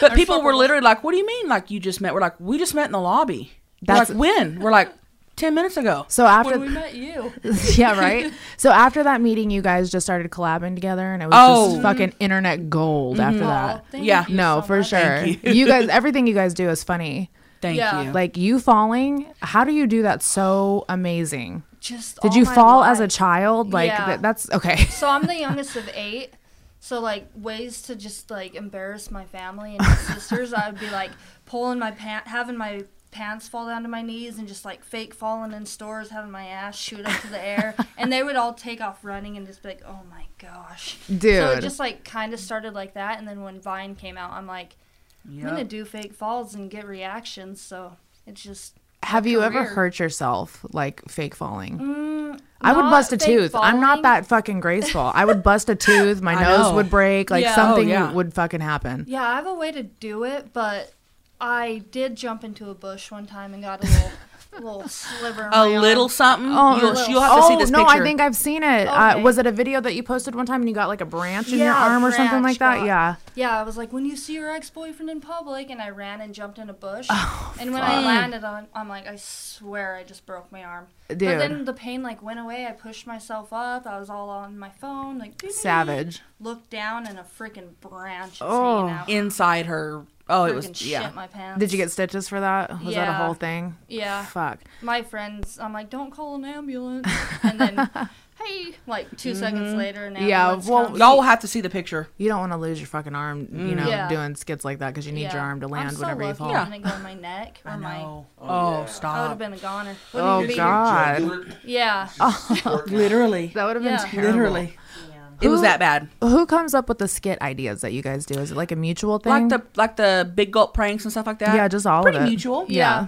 But people were
Inseparable.
literally like, what do you mean, like, you just met? We're like, we just met in the lobby. They're
That's-
like, when? We're like, ten minutes ago.
So after
when we met you.
*laughs*
*laughs*
yeah, right. So after that meeting, you guys just started collabing together, and it was
Oh.
just fucking internet gold after
Aw,
that.
Mm-hmm. Oh, thank
Yeah.
you
no,
so
for
much.
sure.
Thank
You.
you.
guys, everything you guys do is funny.
Thank
Yeah.
you.
Like you falling, how do you do that? So amazing.
Just
Did
all
you
my
fall as a
life.
child? Like
Yeah.
th- that's okay.
So I'm the youngest of eight. So like ways to just like embarrass my family and my sisters, I would be like pulling my pant, having my pants fall down to my knees, and just like fake falling in stores, having my ass shoot up to the air, and they would all take off running and just be like, "Oh my gosh!" So
Dude.
it just like kind of started like that, and then when Vine came out, I'm like,
Yep.
"I'm gonna do fake falls and get reactions." So it's just
Have you ever
career. Mm,
hurt yourself like fake falling? I would
not
bust a
fake
tooth. I'm not
falling.
that fucking graceful. I would bust
*laughs*
a tooth. My
I
nose
know.
would break. Like
Yeah. Oh,
something
yeah.
would fucking happen.
Yeah, I have a way to do it, but I did jump into a bush one time and got a little little sliver. in
a
my
little
arm.
something. you'll,
little
you'll have to
oh,
see this
no,
picture.
I think I've seen it. Uh,
Okay.
was it a video that you posted one time and you got like a branch in your
Yeah, a
arm or something like that?
branch got-
Yeah.
Yeah, I was like, when you see your ex boyfriend in public, and I ran and jumped in a bush.
Oh,
and when I landed on, I'm like, I swear I just broke my arm. But
Dude.
then the pain like went away. I pushed myself up. I was all on my phone, like doo-doo-doo.
Savage.
Looked down and a freaking branch is
Oh.
hanging out.
inside her. Oh, it
Freaking
was
shit
yeah.
my pants.
Did you get stitches for that? Was that a
Yeah.
whole thing?
Yeah.
Fuck.
my friends, I'm like, don't call an ambulance.
*laughs*
And then, hey, like 2 seconds later, an
Mm-hmm. Yeah,
ambulance
well,
comes.
Y'all will have to see the picture.
You don't want to lose your fucking arm, you know,
Mm. Yeah.
doing skits like that because you need
Yeah.
your arm to land
I'm so
whenever you
lucky
fall.
I didn't go in
*laughs*
my neck or my.
Oh, oh
I would
stop.
have been a goner.
Oh,
Get your
God. Oh,
jugular
*laughs*
Yeah.
Literally,
That would have been
Yeah.
terrible.
literally. It was that bad.
Who comes up with the skit ideas that you guys do? Is it like a mutual thing?
Like the like the big gulp pranks and stuff like that.
Yeah, just all of
Pretty
it.
mutual.
yeah.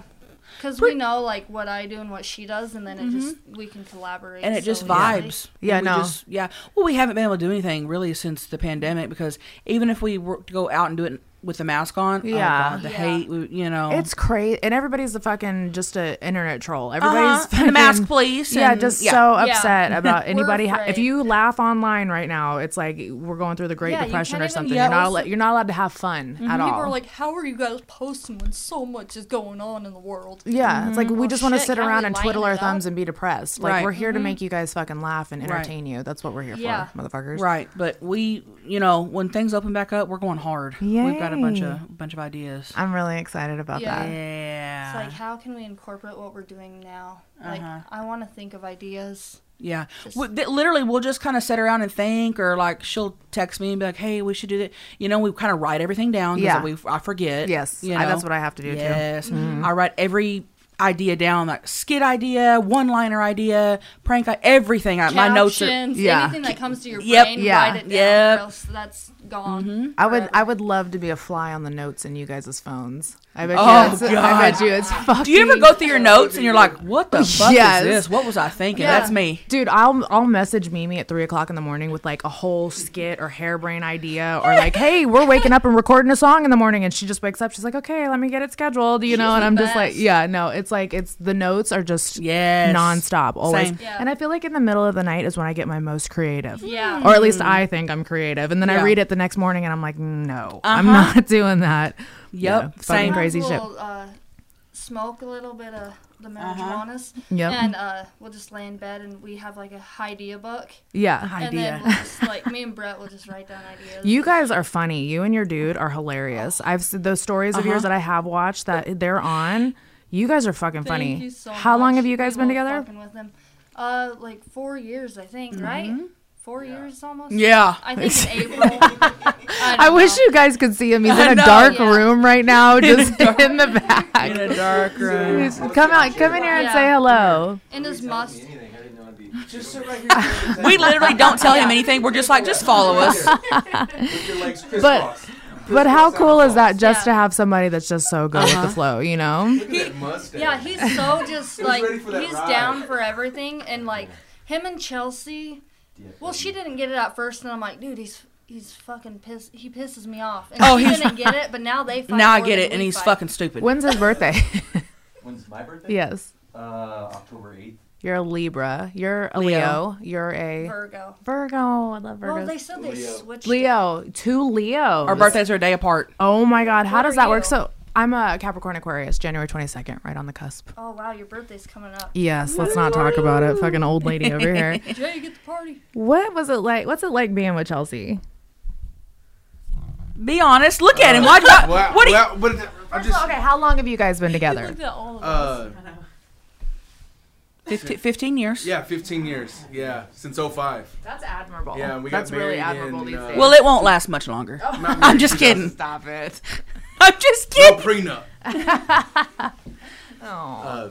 Because we know like what I do and what she does, and then it just
Mm-hmm.
we can collaborate.
and it
so
just
easily.
vibes.
Yeah,
And we
no.
just- yeah. Well, we haven't been able to do anything really since the pandemic because even if we were to go out and do it with the mask on, oh,
Yeah.
God, the
Yeah.
hate, we- you know,
It's crazy, and everybody's a fucking just a internet troll. Everybody's
Uh-huh. And the mask
fucking-
police
Yeah,
and-
just
yeah.
so
Yeah. *laughs*
upset about anybody. Ha- if
afraid.
you laugh online right now, it's like we're going through the Great
Yeah, you
Depression
can't
or
even
something.
post
You're not
it.
allowed, you're not allowed to have fun at all.
People are like, how are you guys posting when so much is going on in the world?
yeah, it's like we
Mm-hmm. Well,
just want to
shit,
sit
can't
around
we
and
lighten
twiddle our
it up? Mm-hmm.
thumbs and be depressed. Like
Right.
we're here to make you guys fucking laugh and entertain you. That's what we're here
Yeah.
for, motherfuckers.
right. But we, you know, when things open back up, we're going hard. We've got a bunch
Yay.
of bunch of ideas.
I'm really excited about
Yeah.
that.
yeah.
It's like, how can we incorporate what we're doing now? Like,
Uh-huh.
I want to think of ideas.
Yeah. We, th- literally, we'll just kind of sit around and think, or like she'll text me and be like, hey, we should do that. You know, we kind of write everything down
Yeah.
because we I forget.
Yes.
You
I- that's what I have to do, too. Mm-hmm.
yes. too. I write every idea down like skit idea, one liner idea, prank, i- everything. I, my notes are.
Captions,
yeah.
Anything that comes to your
Yep.
brain,
Yeah. Mm-hmm.
write it down.
Yep.
Or else that's gone.
I would I would love to be a fly on the notes in you guys' phones. I bet
Oh,
you it's, I bet
God.
you it's fucking
Do you ever
*laughs*
go through your notes and you're like, what the fuck
Yes.
is this? What was I thinking?
Yeah.
That's me.
Dude, I'll I'll message Mimi at three o'clock in the morning with like a whole skit or harebrained idea or
*laughs*
like, hey, we're waking up and recording a song in the morning, and she just wakes up. She's like, okay, let me get it scheduled, you know. And
She's the
I'm just like,
best.
yeah, no, it's like it's the notes are just
Yes.
nonstop always.
Same.
Yeah.
And I feel like in the middle of the night is when I get my most creative.
Yeah.
Or at least I think I'm creative, and then I
Yeah. Uh-huh.
read it the next morning, and I'm like, no, I'm not *laughs* doing that.
Yep.
Yeah, fucking
Same.
great. crazy
we'll,
shit.
Uh, smoke a little bit of the marijuanas,
Yep.
and uh, we'll just lay in bed and we have like a idea book,
Yeah.
and then we'll
*laughs*
just like me and Brett will just write down ideas.
You guys are funny. You and your dude are hilarious. I've s- those stories of
Uh-huh.
yours that I have watched that they're on. You guys are fucking
Thank
funny.
you so
How long
much.
have you guys
We
been together?
love
Mm-hmm.
fucking With them, uh, like four years, I think. Right? Four years almost.
Yeah.
I
*laughs*
think in April. I,
I wish you guys could see him.
*laughs*
He's in a
know.
dark
Yeah.
room right
*laughs*
now, just *laughs* in the
In
back.
a *laughs* dark room.
Just Come out, come in here and
Yeah.
say hello.
in his must.
Just
*laughs*
sit right here.
We literally don't tell him anything. We're just like, just follow us.
With your legs
But-
crisscrossed.
But how cool is that just to
Yeah.
have somebody that's just so good with the flow, you know?
Look at that mustache.
Yeah, he's
*laughs*
so just like
ready for that
he's
ride.
down for everything, and like him and Chelsea. Well, she didn't get it at first, and I'm like, dude, he's he's fucking piss. He pisses me off. And
Oh,
she
he's-
didn't get it, but now
*laughs*
they
*laughs*
fight
Now I
more
get
than
it, and
we
he's
fight.
fucking stupid.
When's his birthday? *laughs*
When's my birthday?
yes.
Uh, October 8th.
You're a Libra. You're a Leo.
Leo.
You're a
Virgo.
Virgo. I love Virgos.
Well, they said they switched. it.
Leo, two Leo.
Our birthdays are a day apart.
Oh my God, how
What
does
are
that work?
you?
So I'm a Capricorn Aquarius, January 22nd, right on the cusp.
Oh wow, your birthday's coming up.
Yes, let's not talk about it. Fucking old lady *laughs* over here.
Jay, get the party.
What was it like? What's it like being with Chelsea?
Be honest. Look at him. Why, why,
Well,
what do you,
well, but I just
okay, how long have you guys
*laughs*
been together?
Look at all of
uh,
15, 15 years.
yeah, 15 years. Yeah, since 05.
That's admirable.
Yeah, we got
That's really
married
admirable
in,
these
uh,
days.
Well, it won't last much longer.
Not
I'm
married
just
to
kidding.
Stop it.
*laughs* I'm
*laughs*
just
the- No
kidding.
prenup.
Oh.
Uh,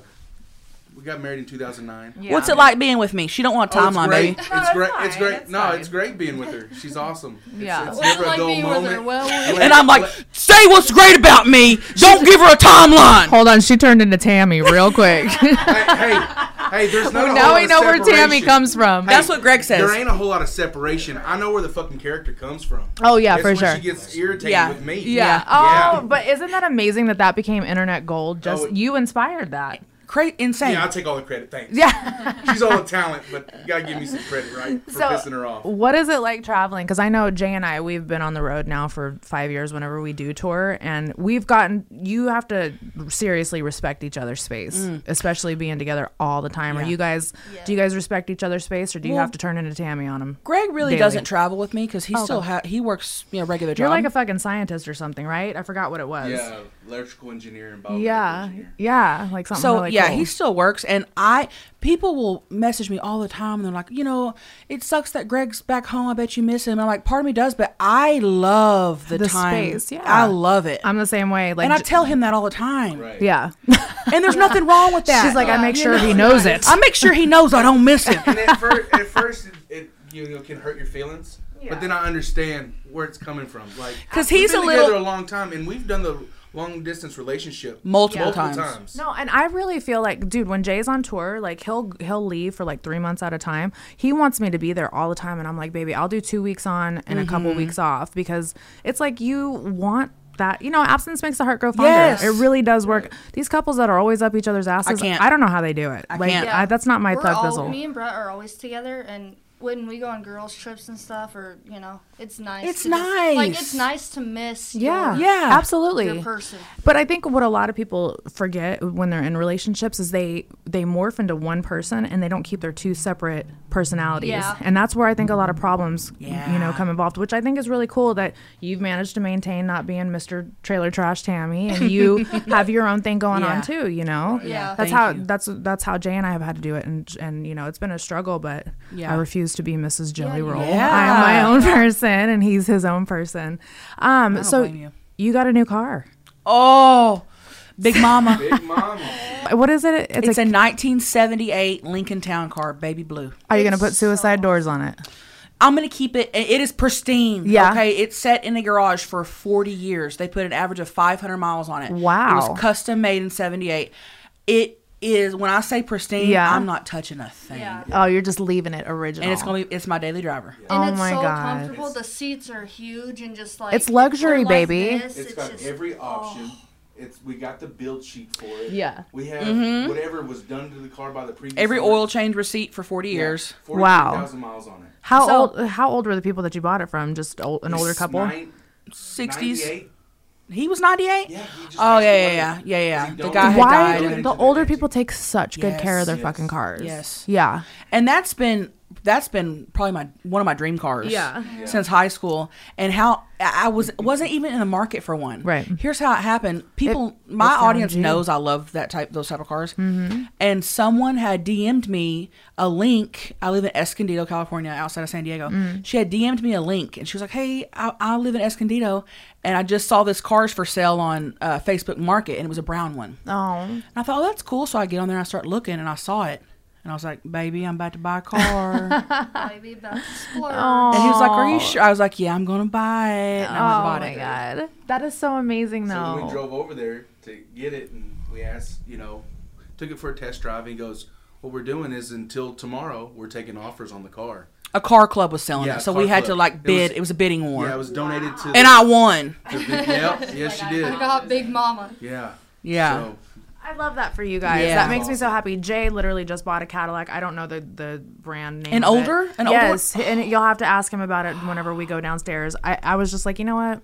we got married in 2009.
Yeah.
What's it like being with me? She don't want a
Oh, it's
timeline,
great.
baby.
It's great. It's
fine,
great.
it's
No,
fine.
it's great being with her.
*laughs*
She's awesome. It's-
Yeah.
It's,
Well,
never
like
a dull
being with her.
moment.
Well, we-
And I'm like, say what's great about me. Don't give her a timeline.
Hold on, she turned into Tammy real *laughs* quick.
hey, hey, hey, there's not. a whole
now
lot
we
of
know where Tammy
separation.
comes from.
That's what Greg says.
There ain't a whole lot of separation. I know where the fucking character comes from.
Oh, yeah,
It's
for
when
sure.
She gets irritated
Yeah.
with me.
Yeah.
Oh,
Yeah.
but isn't that amazing that that became internet gold? Just
Oh, it-
you inspired that.
Cra- insane.
Yeah, I'll take all the credit. Thanks.
Yeah.
*laughs* She's all the talent, but you gotta give me some credit,
*laughs*
right? For
So-
pissing her off.
What is it like traveling? Because I know Jay and I, we've been on the road now for five years whenever we do tour, and we've gotten, you have to seriously respect each other's space,
Mm.
especially being together all the time. Are you guys, do you guys respect each other's space or do you have to turn into Tammy on him?
Greg really
Daily.
doesn't travel with me because he still ha- he works you know regular job.
You're like a fucking scientist or something, right? I forgot what it was.
Yeah, electrical engineer and biomedical
Yeah.
engineer.
Yeah, Like something
so
really
yeah,
cool.
he still works, and I people will message me all the time, and they're like, you know, it sucks that Greg's back home. I bet you miss him. I'm like, part of me does, but I love the,
The
time.
space, yeah.
I love it,
I'm the same way. Like,
and I
j-
tell him that all the time.
Right.
*laughs* yeah.
And there's nothing wrong
*laughs*
with that.
She's like, I make
You
sure
know?
he knows it.
I make sure he knows I don't miss
*laughs*
him.
And at,
*laughs*
fir- at first, it, it you know can hurt your feelings, but then I understand where it's coming from. Like,
'Cause
we've
he's
been
a
together
little-
a long time, and we've done the long distance relationship
Multiple times.
No, and I really feel like, dude, when Jay's on tour, like he'll he'll leave for like three months at a time. He wants me to be there all the time, and I'm like, baby, I'll do two weeks on and a couple weeks off because it's like you want that. You know, absence makes the heart grow fonder.
Yes.
It really does work. These couples that are always up each other's asses,
can't.
don't know how they do it. like
can't.
I, that's not my
We're
thug
all-
bizzle.
Me and Brett are always together, and when we go on girls trips and stuff, or you know, it's nice.
It's
to just- like
nice.
it's nice to miss.
Yeah,
your,
Yeah.
absolutely.
your person.
But I think what a lot of people forget when they're in relationships is they they morph into one person and they don't keep their two separate personalities.
Yeah.
And that's where I think a lot of problems you know
Yeah.
come involved, which I think is really cool that you've managed to maintain not being Mr. Trailer Trash Tammy
*laughs*
and you have your own thing going
Yeah.
on too, you know?
Yeah.
That's
Thank
how
you.
that's that's how Jay and I have had to do it and and you know, it's been a struggle, but
Yeah.
I refuse to be Mrs. Jelly
you-
Roll.
Yeah.
I am my own *laughs* person and he's his own person. Um so
blame you.
you got a new car.
Oh,
*laughs*
Big Mama.
Big mama.
What is it? It's,
It's
a,
a 1978 Lincoln Town Car, baby blue.
are you gonna put suicide doors on it?
I'm gonna keep it. It is pristine.
Yeah.
Okay. It's set in a garage for 40 years. They put an average of 500 miles on it. It
Wow.
was custom made in 78. It is when I say pristine.
Yeah.
I'm not touching a thing.
Yeah.
Oh, you're just leaving it original.
And it's gonna be. It's my daily driver.
And
Oh
it's
my
so
God.
comfortable. The seats are huge and just like
It's luxury,
they're like
baby.
this,
It's got
just-
every
oh.
option. It's we got the build sheet for it.
Yeah.
We have whatever was done to the car by the previous
Mm-hmm. Every
owner.
oil change receipt for 40 years.
Wow.
43,000 miles on it.
How
So-
old? How old were the people that you bought it from? Just old, an older
It's
couple.
nine-
60s.
98.
He was 98.
Yeah, he just
oh
passed
yeah, yeah,
away.
yeah, yeah, yeah.
He
The
don't-
guy had
Why
died.
He
do
died.
the older people take such good care of their
Yes,
fucking cars?
Yes.
Yeah.
and that's been that's been probably my one of my dream cars
Yeah.
since high school and how i I was wasn't even in the market for one
Right.
here's how it happened people my
it's
audience
OMG.
knows i love that type those type of cars
Mm-hmm.
and someone had dm'd me a link i live in escondido california outside of san diego
Mm.
she had dm'd me a link and she was like hey i, I live in escondido and i just saw this cars for sale on uh, facebook market and it was a brown one
Oh.
and I thought, oh, that's cool. So I get on there and I start looking and I saw it. And I was like, baby, I'm about to buy a car. and
Baby, about to splurge.
Oh.
he was like, are you sure? I was like, yeah, I'm going to buy it. And I
Oh
went and bought
my
it.
god, that is so amazing,
So when we
though.
drove over there to get it, and we asked, you know, took it for a test drive. And he goes, "What we're doing is until tomorrow, we're taking offers on the car."
A car club was selling
Yeah,
it. So
car
we had to
club.
like
It
bid. It
was-
was, a bidding war.
Yeah, it was donated to.
and I won.
The, the, yeah, yes,
*laughs*
she did.
I got Big Mama.
Yeah.
Yeah.
So
I love that for you guys.
Yeah.
That makes me so happy. Jay literally just bought a Cadillac. I don't know the the brand name.
An
of it.
older? An older one?
yes, and you'll have to ask him about it whenever we go downstairs. I I was just like, you know what.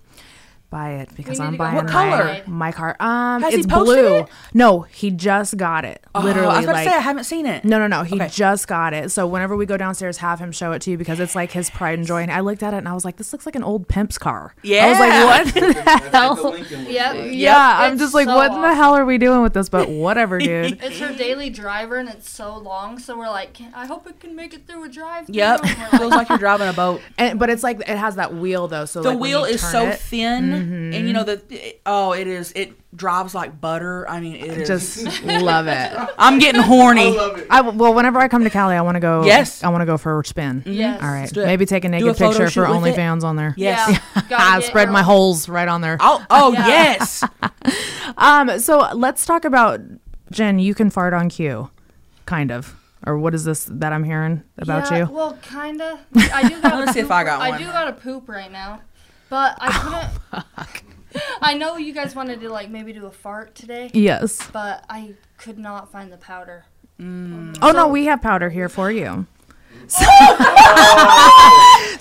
buy it because
need
I'm
to go
buying
What
my,
color?
my car. Um,
Has he
it's
posted
blue.
it?
No, he just got it. Literally,
Oh, I was about
like
to say I haven't seen it.
no, no, no. He
Okay.
just got it. So whenever we go downstairs, have him show it to you because it's like his pride and joy. And I looked at it and I was like, this looks like an old pimp's car. I was
Yeah.
like, what?
*laughs*
That's
Oh.
what the Lincoln looks
Yep.
like.
yeah, I'm
It's
just like,
so
what in the
awesome.
hell are we doing with this? But
*laughs*
whatever, dude.
It's her daily driver, and it's so long. So we're like, "Can- I hope it can make it through a drive.
*laughs* Yep.
*laughs*
We're
Feels
like,
like you're driving a boat.
and, but it's like it has that wheel though. So
The
like, when
wheel
you
is
turn
so
it-
thin, and you know the it, oh, it is. It drives like butter. I mean, it is. *laughs*
Just love it.
I'm getting horny.
I well, whenever I come to Cali, I want to go.
Yes.
I want to go for a spin.
yes.
All right,
do it.
maybe take a naked
a photo
picture for
shoot with it.
OnlyFans on there.
Yes.
Yeah.
*laughs* I
*laughs* Gotta get
spread
her-
my holes right on there.
Oh, oh *laughs* yes.
Um, so let's talk about Jen. You can fart on cue, kind of, or what is this that I'm hearing about
Yeah,
you?
Well, kinda.
*laughs*
I do got.
Let's
a
see if
poop-
I got one.
do got a poop right now, but
*laughs*
I
Oh,
couldn't. I know you guys wanted to like maybe do a fart today,
Yes.
but I could not find the powder.
Oh no, we have powder here for you. *laughs*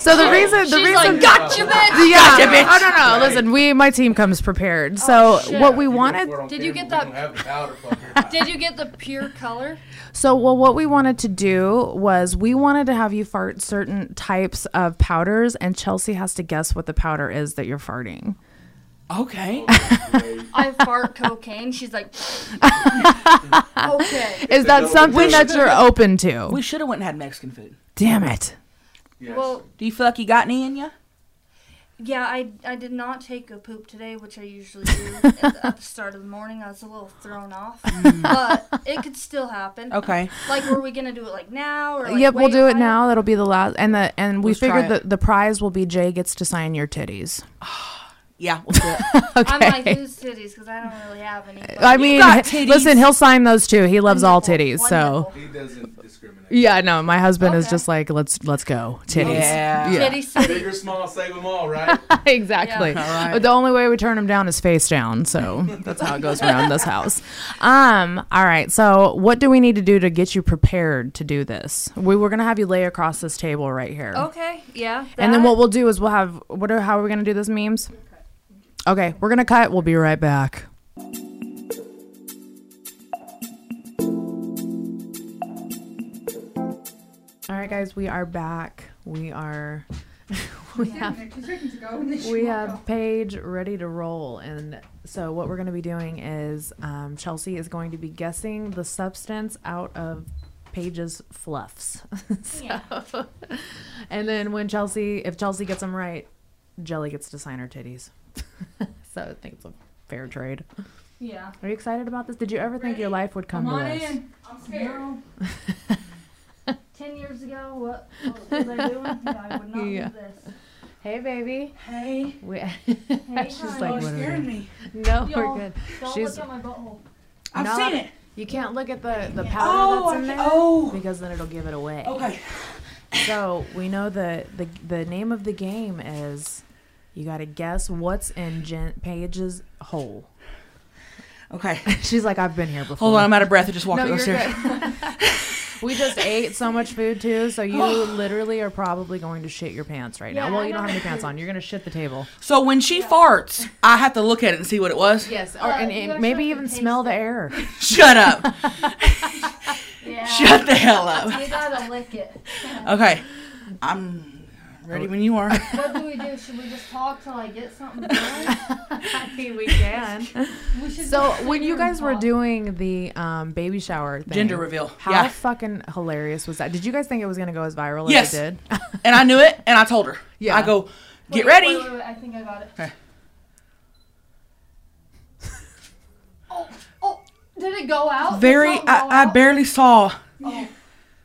So, so the reason the
She's
reason
like, gotcha,
*laughs*
bitch.
yeah. Oh no no, listen, we my team comes prepared. So
Oh, shit.
what we wanted
Did you get that-
*laughs*
Did you get the pure color?
So, well, what we wanted to do was we wanted to have you fart certain types of powders, and Chelsea has to guess what the powder is that you're farting.
Okay.
I fart cocaine. She's like, *laughs* okay.
Is that something that you're open to?
We should have went and had Mexican food.
Damn it.
Well,
Do you feel like you got any in you?
yeah, I, I did not take a poop today, which I usually do at, the- at the start of the morning. I was a little thrown off,
Mm.
but it could still happen.
Okay.
Like, were we gonna do it like now or? Like,
yep, we'll
wait?
do
I
it
don't-
now. That'll be the last, and the and we
Let's try
figured
it.
that the prize will be Jay gets to sign your titties.
Yeah. We'll do it.
I'm like who's titties because I don't really have any.
I mean,
got
*laughs*
titties.
listen, he'll sign those too. He loves all
Wonderful,
titties, so.
wonderful.
He doesn't discriminate.
Yeah, no, my husband is
Okay.
just like let's let's go titties.
yeah.
Titty city.
Big or small, save them all, right?
*laughs*
*laughs* exactly.
Yeah. All right.
But the only way we turn him down is face down. So that's how it goes around this house. Um. All right. So what do we need to do to get you prepared to do this? We were gonna have you lay across this table right here.
Okay, yeah.
And then
Oh, that-
what we'll do is we'll have what are how are we gonna do this memes? Okay, we're gonna cut. We'll be right back. All right, guys, we are back. We are. *laughs* we have we have Paige ready to roll, and so what we're going to be doing is um, Chelsea is going to be guessing the substance out of Paige's fluffs. *laughs* so, and then when Chelsea, if Chelsea gets them right, Jelly gets to sign her titties. *laughs* so I think it's a fair trade.
Yeah.
Are you excited about this? Did you ever think your life would come to this?
I'm scared. *laughs* Ten years ago, what, what was I doing? Yeah, I would not
Yeah.
do this.
Hey, baby.
*laughs* Hey.
We,
Hey,
*laughs* She's
hi.
like,
You're
what are we
Oh, scaring
doing?
me.
*laughs* no, we're
Y'all,
good.
Don't
She's-
look at my butthole.
I've
No,
seen it.
You can't look at the the powder
Oh.
that's in
I-
there.
Oh.
Because then it'll give it away.
Okay.
So we know the, the the name of the game is you got to guess what's in Jen, Paige's hole.
Okay.
She's like, I've been here before.
*laughs* Hold on. I'm out of breath. I just walked
No, you're
upstairs.
good. we just ate so much food too, so you literally are probably going to shit your pants right now.
Yeah,
Well,
I
you don't
know.
have any pants on. You're gonna shit the table.
So when she farts, I have to look at it and see what it was.
Yes, or
Uh,
and,
you
and
actually
maybe
have to
even
taste
smell the
it.
air.
*laughs* Shut
*laughs*
up.
Yeah.
Shut the hell up.
You gotta lick it.
Okay. I'm ready when you are. *laughs*
What do we do? Should we just talk till I get something done?
I mean, *laughs* we can.
We should
*laughs*
So
just sit
when you
here and
guys were
talk.
doing the um, baby shower thing,
Gender reveal.
how
Yeah.
fucking hilarious was that? Did you guys think it was gonna go as viral as
Yes.
it did?
*laughs* And I knew it and I told her.
Yeah.
I go, get
Wait,
ready.
Wait, wait, wait, I think I got it.
Okay.
*laughs* oh, oh, did it go out? Did
Very
something go
I, I
out?
barely saw.
Oh,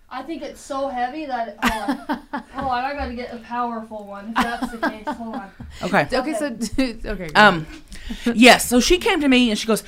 I think it's so heavy that. It, hold, on.
*laughs*
hold on, I gotta get a powerful one. If that's the case, hold on.
Okay.
*laughs* Okay, so *laughs* okay. go
Um Yes, so she came to me and she goes,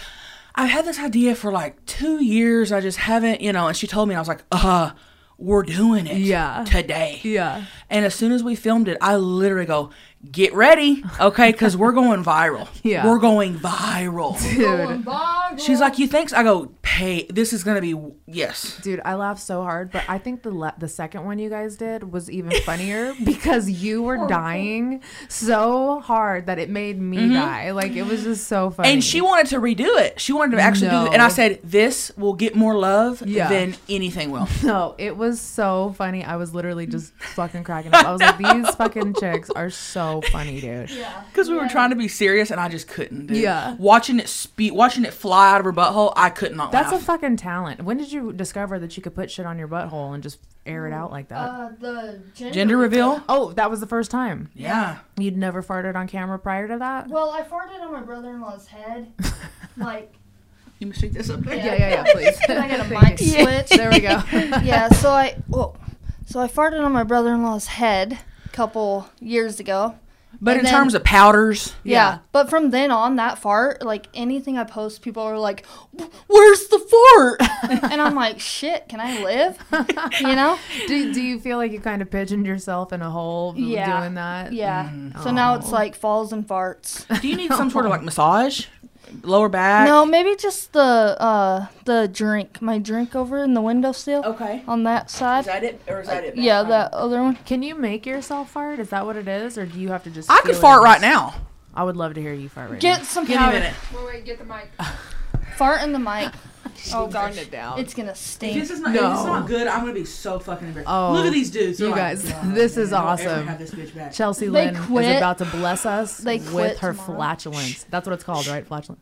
I've had this idea for like two years. I just haven't, you know, and she told me and I was like, uh, we're doing it
Yeah.
today.
*laughs* Yeah.
And as soon as we filmed it, I literally go, get ready, okay, because we're going viral.
*laughs* Yeah.
We're going viral.
Going viral.
She's like, you think? so?" I go, hate. This is gonna be yes.
Dude, I laughed so hard, but I think the le- the second one you guys did was
*laughs*
even funnier because you were dying so hard that it made me die. Like it was just so funny.
Mm-hmm. And she wanted to redo it. She wanted to actually do it. And I
No.
said, this will get more love
Yeah.
than anything will.
no, it was so funny. I was literally just fucking cracking up. I
*laughs*
was like, these fucking chicks are so funny, dude.
Because we were trying to be serious and I just couldn't. Dude.
Yeah.
Watching it speed, watching it fly out of her butthole, I could not.
That's a
laugh.
fucking talent. When did you discover that you could put shit on your butthole and just air it out like that?
Uh, the gender,
gender reveal.
oh, that was the first time.
Yeah.
You'd never farted on camera prior to that?
Well, I farted on my
*laughs*
brother-in-law's head. like,
You must take this up there.
Yeah, yeah, yeah,
*laughs*
please.
I got a mic switch.
there we go.
yeah, so I whoa. so I farted on my brother-in-law's head a couple years ago.
But
And
in
then-
terms of powders,
Yeah. but from then on, that fart, like anything I post, people are like, "Wh- "Where's the fart?" *laughs* and I'm like, "Shit, can I live?" You know?
*laughs* do, do you feel like you kind of pigeoned yourself in a hole b-
Yeah.
doing that?
Yeah.
Mm.
So now it's like falls and farts.
do you need some sort
*laughs*
of like massage, lower back?
No, maybe just the uh the drink, my drink over in the windowsill.
Okay.
On that side.
Is that it, or is that it?
yeah, that other one.
Can you make yourself fart? Is that what it is? Or do you have to just.
I could
feel it
fart
in
right
your-
now.
I would love to hear you fart right
Get some
Give me a
powder.
minute.
Fart in the *laughs* mic. oh
now.
gosh.
Turn it down.
It's gonna stink.
This is not.
No.
If this is not good. I'm gonna be so fucking embarrassed.
Oh,
Look at these dudes. They're
you
like,
guys, *laughs*
"God,
this
man,
is
don't ever
awesome."
Have this bitch back.
Chelsea
They
Lynn is
quit.
about to bless us
They
with
quit
her
tomorrow.
flatulence. That's what it's called, right? Flatulence.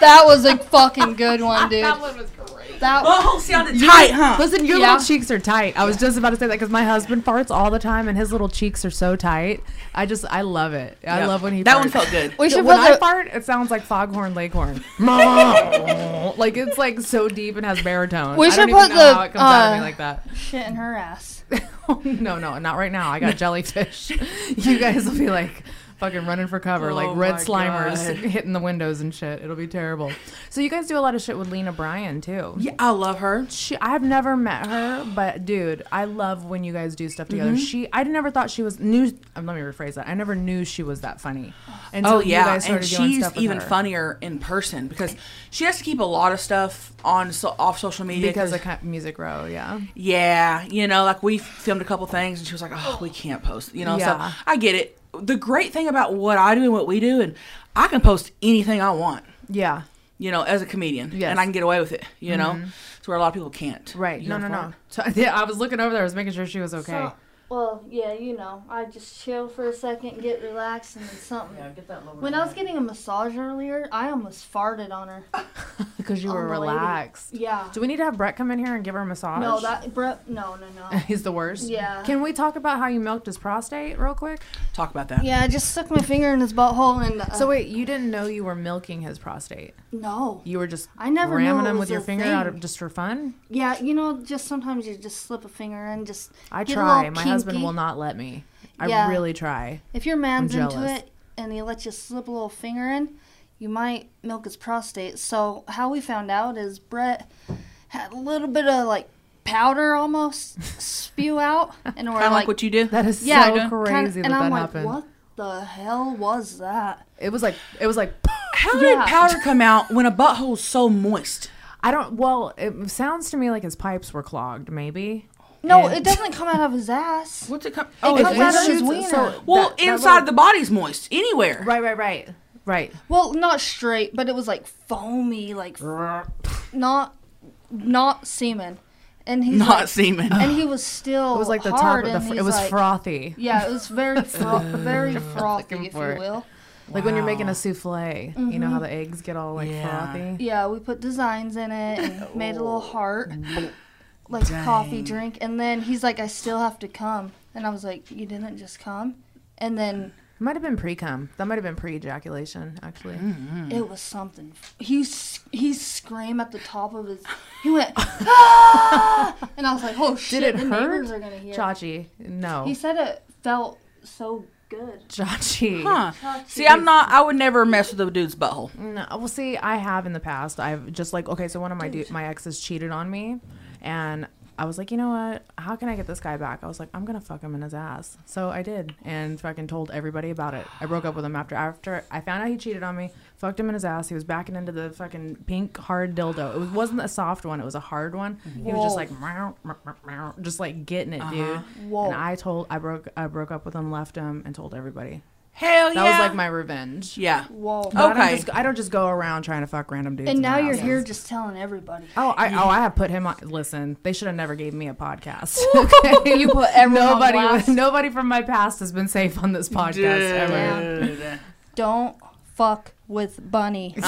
That was a fucking good one, dude. that one was Oh! great. That
Butthole sounded tight, huh?
Listen, your
Yeah.
little cheeks are tight. I was just about to say that because my husband farts all the time, and his little cheeks are so tight. I just, I love it. I
Yeah.
love when he.
That
farts.
one
*laughs*
felt good.
we should
when
put
I
the,
fart, it sounds like foghorn
*laughs*
leghorn. *laughs* like it's like so deep and has baritone.
We
I
should
don't even
put
know
the,
how it comes out of me
uh,
like that.
shit in her ass.
*laughs* no, no, not right now. I
*laughs*
got jellyfish. *laughs* you guys will be like fucking running for cover, like
Oh
red
my
slimers
God.
hitting the windows and shit. It'll be terrible. So you guys do a lot of shit with Lena Bryan too.
Yeah, I love her.
She, I've never met her, but dude, I love when you guys do stuff
Mm-hmm.
together. She, I never thought she was new. Um, let me rephrase that. I never knew she was that funny. Until
Oh
you
yeah,
guys started
and
doing
she's
stuff with
even
her.
funnier in person because she has to keep a lot of stuff on so, off social media
because of Cut- Music Row. Yeah,
yeah, you know, like we filmed a couple things and she was like, "Oh, we can't post," you know.
Yeah.
So I get it. The great thing about what I do and what we do, and I can post anything I want,
yeah,
you know, as a comedian,
Yes. Mm-hmm.
and I can get away with it, you know. It's where a lot of people can't.
right.
You
No,
know,
no, no. So,
for-
*laughs* yeah, I was looking over there. I was making sure she was okay.
So- well, yeah, you know, I just chill for a second, get relaxed, and then something. when I was getting a massage earlier, I almost farted on her.
because you were
on the lady.
relaxed.
Yeah.
Do we need to have Brett come in here and give her a massage?
No, that Brett. No, no,
*laughs*
no.
he's the worst.
Yeah.
Can we talk about how you milked his prostate real quick?
Talk about that.
Yeah, I just stuck my finger in his butthole and. Uh,
So wait, you didn't know you were milking his prostate.
no.
You were just
I never knew
ramming
it
him
was
with your
a
finger out
thing.
of just for fun.
Yeah, you know, just sometimes you just slip a finger in, just.
I
get a
try.
little
My husband
kinky.
will not let me. I
Yeah.
really
*laughs*
try.
If your man's
I'm
into
jealous.
it and he lets you slip a little finger in, you might milk his prostate. So how we found out is Brett had a little bit of like
*laughs*
powder almost spew out, and we're
Kind of
like,
like what you do.
That is
yeah,
so
kinda-
crazy that
and I'm
that
like,
happened.
what the hell was that?
It was like it was like *laughs*
How
Yeah.
did powder come out when a butthole's so moist?
I don't. Well, it sounds to me like his pipes were clogged. Maybe.
No,
And-
it doesn't come out of
*laughs*
his ass.
What's it come?
It comes out of his
oh, shoots-
wiener.
so-
Well,
that- that
inside
little-
the body's moist anywhere.
Right, right, right, right.
well, not straight, but it was like foamy, like not not semen. And
*laughs*
he's
Not
like,
semen.
and he was still
It was like the top
Oh, hard
of the.
and
Fr- it
he's
was
like,
frothy.
Yeah, it
*laughs*
was very fro- very frothy,
looking
if
for
you
it.
will.
Like when you're making a souffle, you
Mm-hmm.
know how the eggs get all like
Yeah.
frothy.
Yeah, we put designs in
*laughs*
it and made a
Oh,
little heart, like a coffee drink. And then he's like, "I still have to come," and I was like, "You didn't just come." And then
It might have been pre cum. That might have been pre ejaculation, actually.
Mm.
it was something. He s- he screamed at the top of his. He
*laughs*
went, ah! and I was like, "Oh shit!"
Did it
the
hurt?
neighbors are gonna hear.
Chachi, no.
He said it felt so good.
Chachi.
*laughs* Huh. See, I'm not. I would never mess with a dude's butthole.
No, well, see, I have in the past. I've just like okay, so one of my du- my exes cheated on me, and I was like, you know what? How can I get this guy back? I was like, I'm gonna fuck him in his ass. So I did, and fucking told everybody about it. I broke up with him after after I found out he cheated on me. Fucked him in his ass. He was backing into the fucking pink hard dildo. It was, wasn't a soft one. It was a hard one. He was just like, meow, meow, meow, meow, just like getting it, dude.
Whoa.
And I told, I broke, I broke up with him, left him, and told everybody.
Hell yeah.
That was like my revenge.
Yeah.
Whoa.
But I
Okay.
don't, just, I don't just go around trying to fuck random dudes.
and
in
now
their
you're
houses.
here just telling everybody.
Oh, I oh I have put him on. Listen, they should have never gave me a
*laughs*
podcast. Okay, you put
everyone on
nobody.
blast.
Nobody from my past has been safe on this podcast ever.
*laughs* Dude.
Don't fuck with
*laughs*
Bunny.
We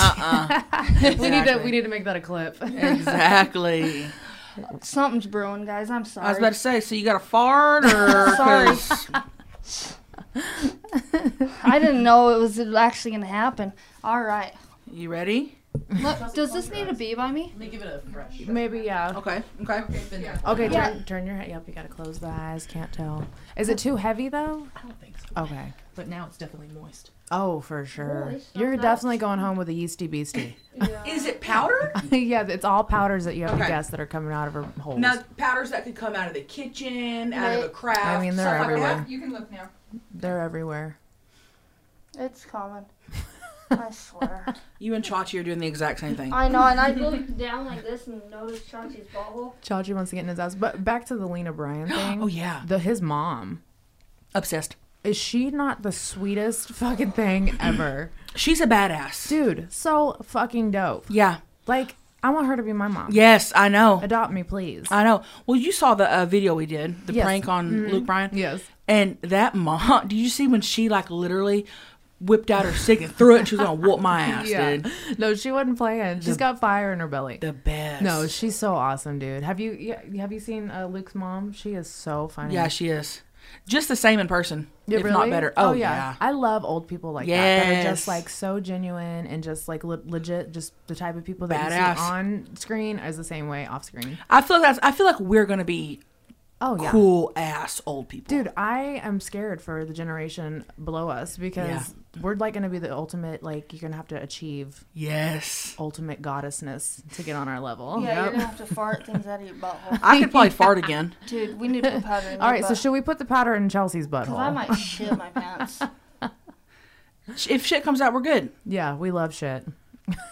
need to we need to make that
*laughs*
a clip.
Uh-uh.
*laughs*
Exactly.
Something's brewing, guys. I'm sorry.
I was about to say, so you got a
*laughs*
fart or?
Sorry.
'cause- *laughs*
I didn't know it was actually going to happen. All right.
You ready?
Look, does this need to be by me?
Maybe yeah.
Okay. Okay.
Okay, turn, turn your head. Yep, you gotta close the eyes. Can't tell. Is it too heavy though?
I don't think so.
Okay.
But now it's definitely moist.
Oh, for sure.
it's not
You're
that-
definitely going home with a
*laughs*
yeasty beastie. *laughs*
Is it powder?
yeah, it's all powders that you have to
Okay.
guess that are coming out of her holes.
Now powders that could come out of the kitchen, out of a craft.
I mean, they're
stuff like
everywhere.
You can look now.
They're everywhere.
It's coming. I swear.
that. You and Chachi are doing the exact same thing.
I know, and I looked down like this and noticed Chachi's butthole.
Chachi wants to get in his ass. But back to the Lena Bryan thing.
*gasps* Oh yeah.
The his mom.
Obsessed.
Is she not the sweetest *laughs* fucking thing
*clears throat*
ever?
She's a badass.
Dude, so fucking dope.
Yeah.
Like, I want her to be my mom.
Yes, I know.
Adopt me, please.
I know. Well, you saw the uh, video we did, the
Yes. Mm-hmm.
prank on Luke Bryan.
Yes.
And that mom, *laughs* did you see when she like literally whipped out her stick and threw it? and She was gonna
*laughs*
whoop my ass, dude.
No, she wasn't playing. She's got fire in her belly.
The best.
No, she's so awesome, dude. Have you yeah, have you seen uh, Luke's mom? She is so funny.
yeah, she is. Just the same in person,
Yeah,
if
really?
not better. Oh, yeah.
I love old people like that that are just
Yes.
like so genuine and just like le- legit. Just the type of people that you
Badass.
see on screen is the same way off screen.
I feel like that's, I feel like we're gonna be
Oh yeah,
cool ass old people.
Dude, I am scared for the generation below us because we're like going to be the ultimate. Like you're going to have to achieve
Yes.
ultimate goddessness to get on our level.
Yeah, you're gonna have to fart things out of your butthole.
Oh, *laughs* I could probably fart again.
*laughs*
Dude, we need to put powder in
All right, so should we put the powder in Chelsea's butthole?
Because
*laughs*
I might shit my pants.
Sh- If shit comes out, we're good.
yeah, we love shit.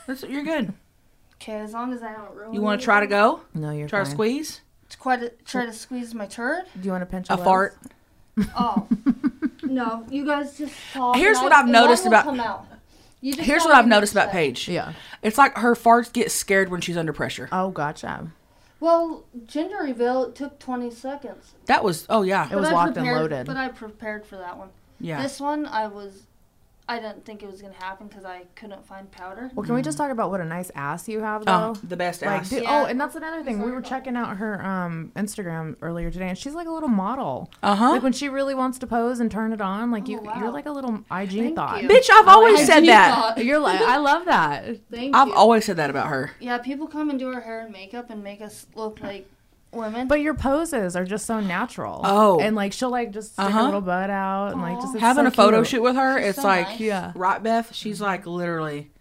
That's, you're good.
Okay, as long as I don't ruin
You want to try to go?
No, you're
Try to
fine.
squeeze?
it. Try to, try to squeeze my turd?
Do you want to pinch
A
*laughs*
fart? *laughs*
Oh. no, you guys just talk.
Here's
and
what
I-
I've
and mine
noticed
will
about-
come out. You just
Here's
tell
what
me
I've noticed about
upset.
Paige.
Yeah.
It's like her farts get scared when she's under pressure.
Oh, gotcha.
Well, gender reveal it took 20 seconds.
That was, oh yeah.
It was
I
locked and
prepared,
loaded.
But I prepared for that one.
Yeah.
This one, I was, I didn't think it was gonna happen because I couldn't find powder.
Well, can we
Mm.
just talk about what a nice ass you have, though?
Oh, the best
Like,
ass.
dude,
Yeah.
oh, and that's another thing. We were checking out her um, Instagram earlier today, and she's like a little model.
Uh-huh.
Like when she really wants to pose and turn it on, like you,
Oh, wow.
you're like a little IG thought.
you.
Bitch, I've always said *laughs*
Gee,
that.
God.
You're like, I love that.
Thank
I've
you.
always said that about her.
yeah, people come and do our hair and makeup and make us look like women.
But your poses are just so natural.
Oh.
and like she'll like just stick her
Uh-huh.
little butt out and like just it's
Having
so
a photo
cute.
shoot with her, it's
so
like,
nice.
Yeah,
right, Beth? She's like literally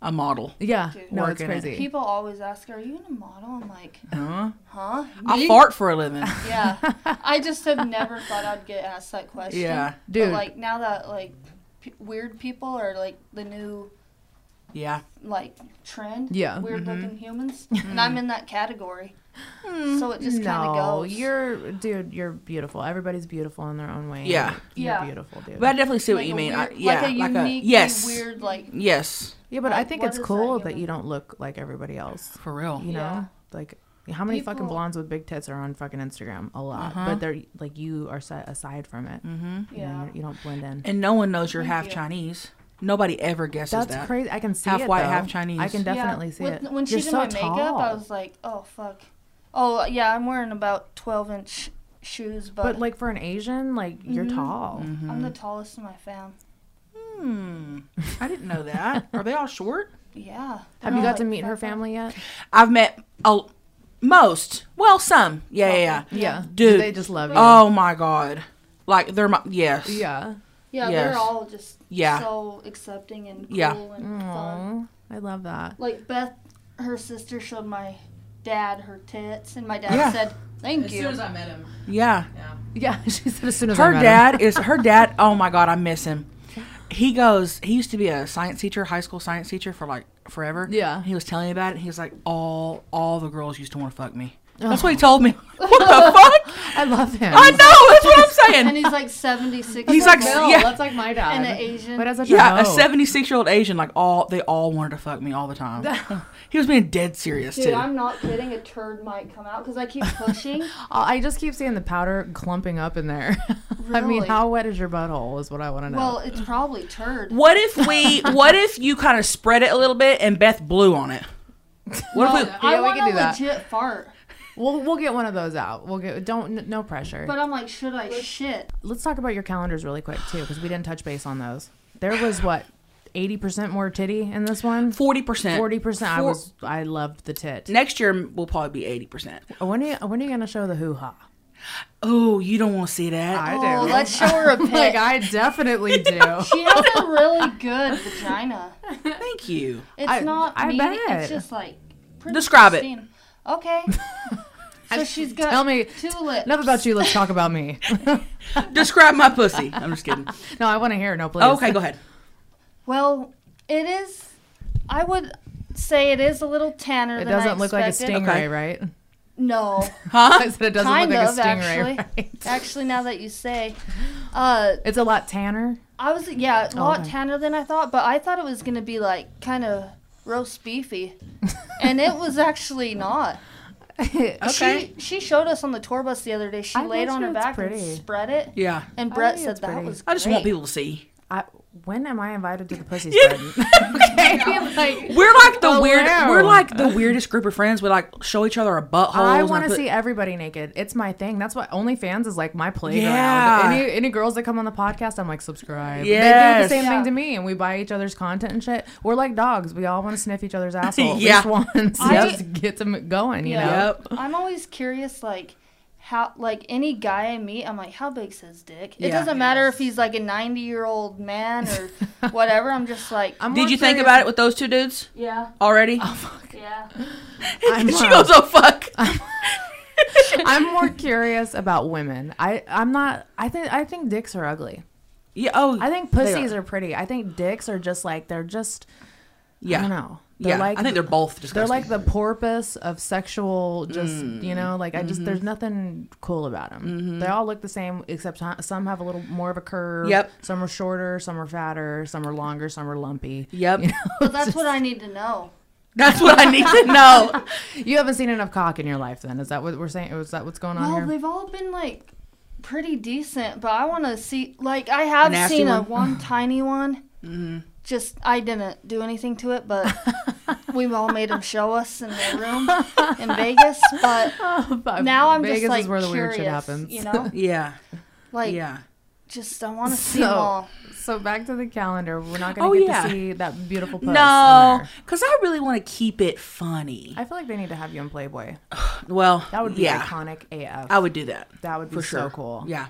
a model.
yeah. No, it's
Working it.
crazy.
people always ask, "Are you a model?" I'm like,
Huh?
huh?
Uh-huh. I fart for a living.
Yeah, I just have never thought I'd get asked that question.
Yeah.
Dude.
But like now that like p- weird people are like the new
Yeah.
like trend.
Yeah.
Weird
Mm-hmm.
looking humans, and I'm in that category.
Hmm.
So it just kind of
No,
goes.
you're dude. You're beautiful. Everybody's beautiful in their own way.
Yeah.
you're
Yeah.
beautiful, dude.
But I definitely see what
Like
you
a
mean.
weird-
I, yeah.
Like a unique,
yes.
weird, like
Yes.
yeah, but I
Like,
think
what
it's
is that
cool that,
human?
you don't look like everybody else.
For real.
You know,
Yeah.
like how many fucking
People- Uh-huh.
blondes with big tits are on fucking Instagram? A lot, but they're like you are set aside from it.
Mm-hmm.
You, know,
Yeah.
you, you don't blend in.
And no one knows you're half Chinese. Nobody ever guesses
That's
that.
crazy. I can see
Half
it,
white,
though.
half Chinese.
I can
Yeah,
definitely see
with-
it.
When she
You're
did
so
my makeup, I
tall.
was like, oh fuck. Oh yeah, I'm wearing about 12 inch shoes, but,
But like for an Asian, like you're
Mm-hmm.
tall.
Mm-hmm.
I'm the tallest in my fam.
Hmm. I didn't know *laughs* that. Are they all short?
Yeah.
Have you got to meet her family yet?
I've met a, most. Well, some. Yeah, yeah, yeah.
Dude,
Dude.
they just love you.
Oh my god. Like they're my yes.
yeah.
Yeah,
Yes.
they're all just
Yeah.
so accepting and cool
Yeah.
and fun.
I love that.
Like Beth, her sister showed my dad her tits, and my dad
Yeah.
said, "Thank
As
you."
soon as I met him,
Yeah.
yeah.
Yeah, *laughs* she said as soon as I
Her
met him.
dad
*laughs*
is her dad. Oh my god, I miss him. He goes. He used to be a science teacher, high school science teacher for like forever.
Yeah.
He was telling me about it. And he was like, all all the girls used to want to fuck me.
Oh.
That's what he told
*laughs*
me. What the fuck?
I love him.
I know. That's what
*laughs*
I'm saying.
and he's like 76.
He's
years
like,
old,
No,
yeah.
that's like my dad.
and an Asian.
But as a Oh.
Yeah, a
no.
seventy-six-year-old Asian, like all they all wanted to fuck me all the time. *laughs* he was being dead serious
Dude,
too.
I'm not kidding. A turd might come out because
*laughs*
I keep pushing.
I I just keep seeing the powder clumping up in there. *laughs* I mean,
Really?
how wet is your butthole? Is what I want to know.
well, it's probably turd.
What if
*laughs*
we? What if you kind of spread it a little bit and Beth blew on it? What if we?
yeah,
I
we
want
can do
a
that.
legit fart,
we'll we'll get one of those out. We'll get don't n- no pressure.
but I'm like, should I shit?
Let's talk about your calendars really quick too, because we didn't touch base on those. There was what eighty percent more titty in this one.
Forty percent.
Forty percent. I
Four-
was I loved the tit.
Next year will probably be eighty percent.
When are you when are you gonna show the hoo ha?
Oh, you don't want to see that.
Oh, let's show *laughs* her a pic.
*laughs* Like I definitely do.
she has a really good vagina.
Thank you.
It's
I-
not
I
mean.
bet.
It's just like pretty
Describe it.
pristine.
*laughs*
Okay. so she's got
Tell me
two lips.
enough about you. Let's talk about me. *laughs*
Describe my pussy. I'm just kidding.
No, I want to hear. it. No, please.
Okay, go ahead.
Well, it is. I would say it is a little tanner.
*laughs* It
than I
doesn't look like a
expected.
stingray,
Okay.
right? *laughs*
No,
I said it *laughs* doesn't
kind
look like
of
a stingray.
actually.
*laughs* Right?
Actually, now that you say, uh,
It's a lot tanner.
I was yeah a lot
Oh, okay.
tanner than I thought, but I thought it was gonna be like kind of roast beefy,
*laughs*
and it was actually not.
Okay.
She she showed us on the tour bus the other day. She
I
laid
bet
on
you
her
it's
back
pretty.
and spread it,
Yeah.
and Brett
think
said
it's
that
pretty.
was.
I just want
great.
people to see.
I, when am I invited to the pussy spread?
*laughs*
okay, like,
We're like the
Oh,
weird.
wow.
We're like the weirdest group of friends. We like show each other our buttholes.
I
and
want to
put-
see everybody naked. It's my thing. That's why OnlyFans is like my playground.
Yeah.
Any any girls that come on the podcast, I'm like subscribe. They do the
Yes.
same
Yeah.
thing to me, and we buy each other's content and shit. We're like dogs. We all want to sniff each
*laughs*
other's asshole.
Yeah.
Just once.
I-
Just to get them going. You
Yeah.
know.
Yep.
I'm always curious, like how like any guy I meet, I'm like, how big's his dick? It
Yeah.
doesn't matter if he's like a 90 year old man
*laughs*
or whatever. I'm just like,
I'm more
Did you think
curious-
about it with those two dudes
yeah,
already?
Oh,
*laughs*
yeah.
I'm,
she
uh,
goes,
*laughs*
"Oh fuck."
I'm more curious about women. I I'm not. I think I think dicks are ugly.
yeah. Oh.
I think pussies are. pretty. I think dicks are just like they're just.
Yeah.
I don't know. They're
Yeah.
like
I think they're both. Disgusting.
they're like the porpoise of sexual. Just
Mm.
you know, like I just
Mm-hmm.
there's nothing cool about them. They all look the same except ho- some have a little more of a curve.
Yep.
Some are shorter. Some are fatter. Some are longer. Some are lumpy.
Yep.
*laughs* You, know,
But that's what I need to know.
That's what I
*laughs*
need to know.
you haven't seen enough cock in your life. Then is that what we're saying? Is that what's going on
Well,
here?
they've all been like pretty decent, but I want to see. Like, I have
nasty
seen a
one?
*laughs*
one tiny one.
Mm-hmm.
Just I didn't do anything to
*laughs*
it, but we all made them show us in their room in Vegas.
*laughs*
But
uh,
But
now I'm
Vegas
just like
is where the
curious,
weird shit happens.
You know,
Yeah.
like
Yeah.
just I want to see 'em
So-
all.
*laughs* *laughs* So back to the calendar. We're not going
Oh,
to get
yeah.
to see that beautiful post. in
No,
there.
because I really want to keep it funny.
I feel like they need to have you in Playboy.
well,
That would be
yeah.
iconic AF.
I would do that.
that would be
for
so
sure.
cool.
Yeah.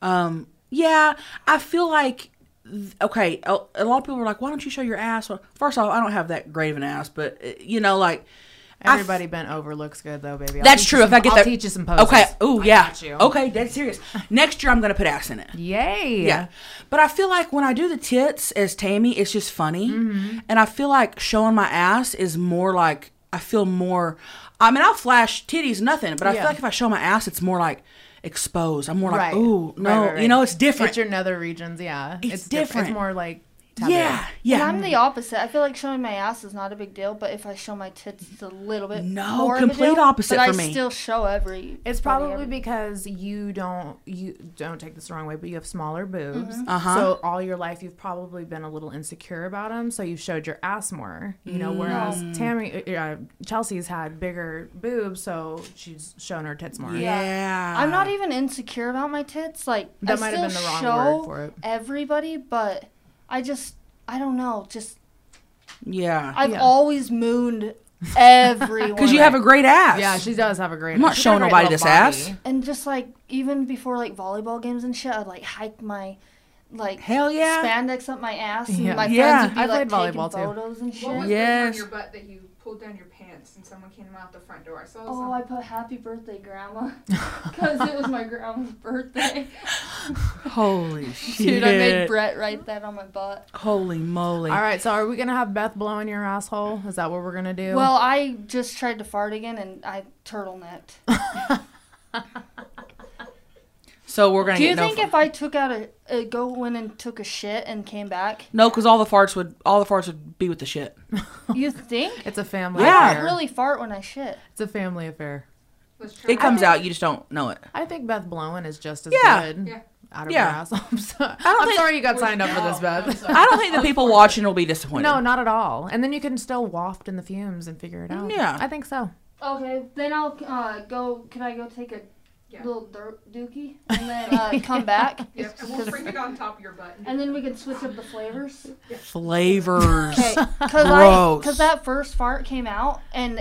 Um. Yeah. I feel like. th- Okay. A, a lot of people are like, "Why don't you show your ass?" Well, first off, I don't have that great of an ass, but uh, you know, like. I f-
Everybody bent over looks good though, baby. I'll
That's
teach
true.
you
If
some-
I get
I'll
that,
teach you some poses.
Okay. Oh
I
yeah.
got you.
Okay. That's
*laughs*
serious. Next year, I'm gonna put ass in it.
Yay.
Yeah. But I feel like when I do the tits as Tammy, it's just funny. And I feel like showing my ass is more like, I feel more, I mean, I'll flash titties, nothing, but I
Yeah.
feel like if I show my ass, it's more like exposed. I'm more like,
Right.
ooh, no,
Right, right, right.
you know, it's different.
It's your nether regions. Yeah.
It's
different.
different.
It's more like. taboo.
yeah.
And
Yeah.
I'm the opposite. I feel like showing my ass is not a big deal, but if I show my tits, it's a little bit
No,
more of a
complete
deal,
opposite
but
for
I
me.
still show every.
It's
body
probably
every-
because you don't you don't take this the wrong way, but you have smaller boobs.
Mm-hmm.
Uh-huh.
So all your life you've probably been a little insecure about them, so you showed your ass more. You know, whereas
Mm.
Tammy, uh, uh, Chelsea's had bigger boobs, so she's shown her tits more.
yeah.
I'm not even insecure about my tits. Like
Ah. That
I
might
still
have been the wrong
show
word for it.
everybody, but I just I don't know. Just
Yeah.
I've
Uh, Yeah. *laughs*
always mooned everyone.
Because you have a great ass.
Yeah, she does have a great.
I'm not
she's got a
showing
great
nobody
little
this ass.
body.
and just like even before like volleyball games and shit, I'd like hike my like
Hell yeah.
spandex up my ass and
Yeah.
my
Yeah.
friends would be
I
like
played
taking
volleyball too.
photos and shit.
What was the thing on
Yes.
your butt that you pulled down your pants and someone came out the front door. I saw this.
Oh,
on-
I put happy birthday,
*laughs*
grandma, because it was my grandma's birthday.
Holy shit.
Dude, I made Brett write that on my butt.
Holy moly.
All right, so are we gonna have Beth blowing your asshole? Is that what we're gonna do?
Well, I just tried to fart again and I turtlenecked.
So we're going to
Do you
get no
think
fu-
if I took out a, a go in and took a shit and
*laughs*
came back,
No, because all the farts would all the farts would be with the shit.
you think?
it's a family
Yeah.
I
affair.
really fart when I shit.
It's a family affair.
Let's try
It comes out, you just don't know it.
I think Beth blowing is just as
Yeah.
good
Yeah.
out of
Yeah.
her ass. *laughs* I'm, so, I
don't
am
think-
sorry you got signed up for this, Beth.
I don't think the people watching will be disappointed.
No, not at all. And then you can still waft in the fumes and figure it out.
Yeah.
I think so.
Okay, then I'll uh, go. Can I go take a
Yeah.
little dirt *laughs* dookie and then uh, come *laughs* back?
Yep, and we'll bring it on top of your butt.
And then we can switch up the *laughs* flavors.
Flavors.
Okay, because I
Gross.
because that first fart came out and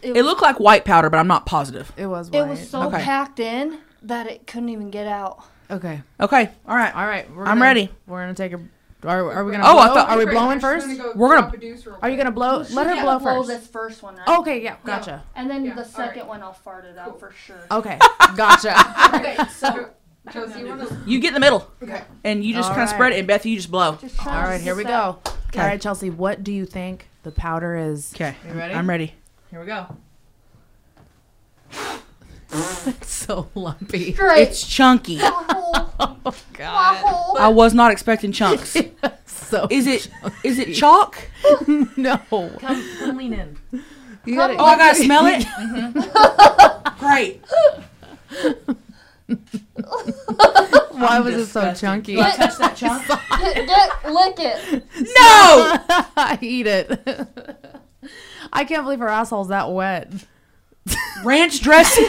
it,
It looked like white powder, but I'm not positive.
It was white.
it was so
Okay.
packed in that it couldn't even get out.
okay.
Okay, all right.
All right. We're
I'm
gonna-
ready.
We're gonna take a. Are, are we gonna?
Oh,
blow?
I thought-
Are we
Great,
blowing
I'm just
first?
gonna go
We're gonna-
drop a deuce real
Are you
quick.
gonna blow? Let her
Yeah,
blow
blow
first.
this first one, right?
Okay. Yeah. Gotcha.
And then
Yeah,
the
all
second
right.
one, I'll fart it out for sure.
Okay.
*laughs*
Gotcha.
Okay, so Chelsea, you wanna
You get in the middle,
Okay.
and you just
All
kind of
right.
spread it, and Beth, you just blow.
Just try
All
to
right. Here we
set-
go. All right, Chelsea. What do you think the powder is?
Okay,
You ready?
I'm ready.
Here we go.
*laughs* It's so lumpy.
Great. *laughs*
It's chunky.
Oh God.
Waffle.
I was not expecting chunks.
So
Is it? Is it chalk?
*laughs* no.
Come, come lean in.
You gotta-
Oh, I gotta smell it. Great.
why was it so
disgusted.
chunky?
Touch that chunk.
*laughs* Get, get- lick it.
No.
*laughs* I eat it. I can't believe her asshole's that wet.
Ranch dressing.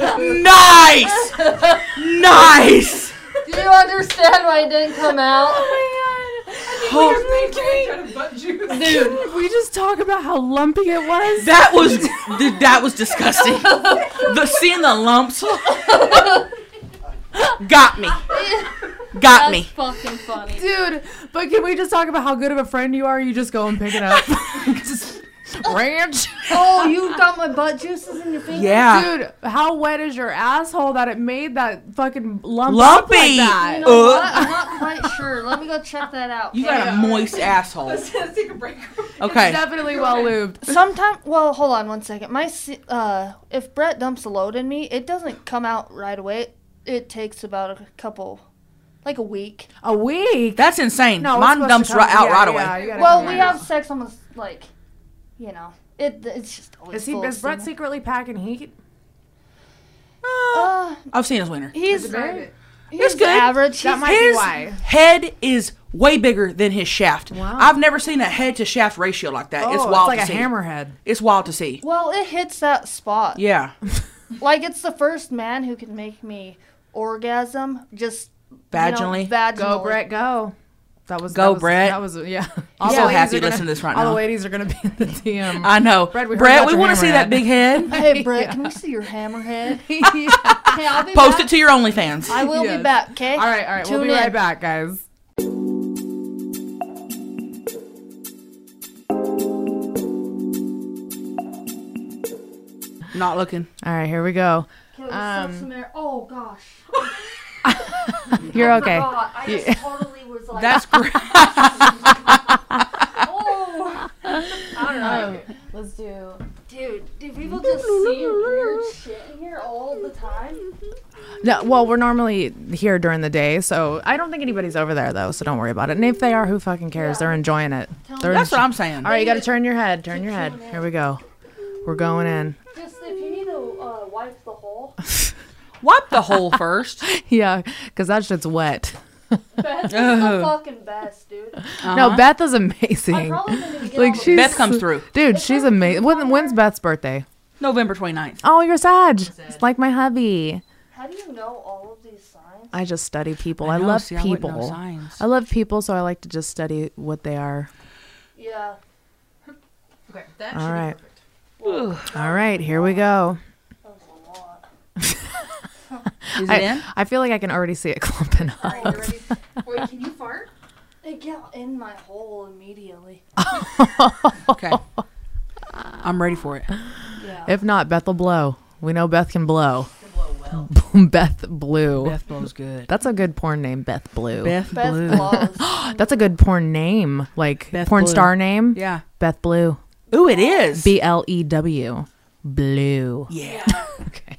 nice. Nice.
Do you understand why it didn't come out?
Oh,
Oh.
try to butt juice?
Dude, we just talk about how lumpy it was.
That was th- that was disgusting. The seeing the lumps got me. Got
That's
me.
*laughs*
fucking funny.
Dude, but can we just talk about how good of a friend you are? You just go and pick it *laughs* up. just ranch.
Oh, *laughs* you got my butt juices in your fingers.
Yeah.
Dude, how wet is your asshole that it made that fucking lump up
Lumpy.
like that?
You know
Uh.
what? I'm not quite sure. Let me go check that out.
You got a moist asshole.
Let's take a break.
Okay.
Definitely well lubed.
Sometime, well, hold on one second. My, se- uh, if Brett dumps a load in me, it doesn't come out right away. It, it takes about a couple, like a week.
A week.
That's insane.
No, it's
Mine
supposed to
dumps
come-
right out
yeah,
right
yeah,
away.
you gotta
Well,
come
we
out.
have sex almost like, you know, it. It's just always.
Is he
full of
is Brett
semen.
secretly packing heat?
Uh,
I've seen his winner.
he's
Grab it.
he's
good.
average.
That
He's-
might be
His
why.
head is way bigger than his shaft.
Wow.
I've never seen a head to shaft ratio like that.
Oh,
it's
it's,
wild
like
to
a
see.
hammerhead.
It's wild to see.
well, it hits that spot.
Yeah.
Like it's the first man who can make me orgasm just
Vaginally?
You know, vaginally.
Go Brett, go. That was
Go,
that was,
Brett.
That was yeah.
He's so happy to listen to this right
all
now.
the ladies are gonna be in the DM. *laughs*
I *laughs* know.
Brett, we heard
Brett,
about
we
your
want to see that
hammerhead.
big head.
Hey
*laughs*
Brett, can we see your hammerhead? Hey, I'll be
Post
back.
it to your OnlyFans.
*laughs*
I will
Yes.
be back. Okay.
all right, all right. we'll be right back, guys.
Not looking.
All right, here we go.
Um, oh gosh.
You're okay.
God, I *laughs* just totally was like,
That's
*laughs*
great.
oh,
Let's do.
dude, do people just see weird shit in here all the time?
No, well, we're normally here during the day, so I don't think anybody's over there though. So don't worry about it. And if they are, who fucking cares? They're enjoying it. They're
That's
enjo-
what I'm saying.
all right, you got to turn your head. Turn your head. Here we go. We're going in.
Just if you need to uh, wipe the hole. *laughs*
Wipe the hole first.
Yeah, because that shit's wet.
Beth is
Oh.
the fucking best, dude.
Uh-huh.
No, Beth is
I'm
amazing.
probably
*laughs*
gonna get
Like
all
she's
Beth comes through.
Dude, she's amazing. When, when's Beth's birthday?
*laughs* November 29th.
Oh, you're Sag. It's like my hubby.
the, How do you know all of these signs?
I just study people. I,
know,
love
see, I wouldn't know
people. I,
signs.
love people, so I like to just study what they are.
Yeah.
Okay, that
All
should
right.
be perfect.
All right, here we go.
That was a lot.
Is it
*laughs*
in?
I, I feel like I can already see it *laughs* clumping up.
Alright, you ready? Wait, can you fart?
It They get in my hole immediately.
Okay. I'm ready for it.
Yeah.
If not, Beth will blow. We know Beth can blow. *laughs* Beth Blue.
Beth blows good.
That's a good porn name, Beth Blue.
Beth,
Beth
*laughs*
Blue.
Laws.
That's a good porn name, like
Beth
porn
Blue.
star name.
Yeah.
Beth Blue.
Ooh, it is.
B L E W. Blue. *laughs*
yeah.
Okay.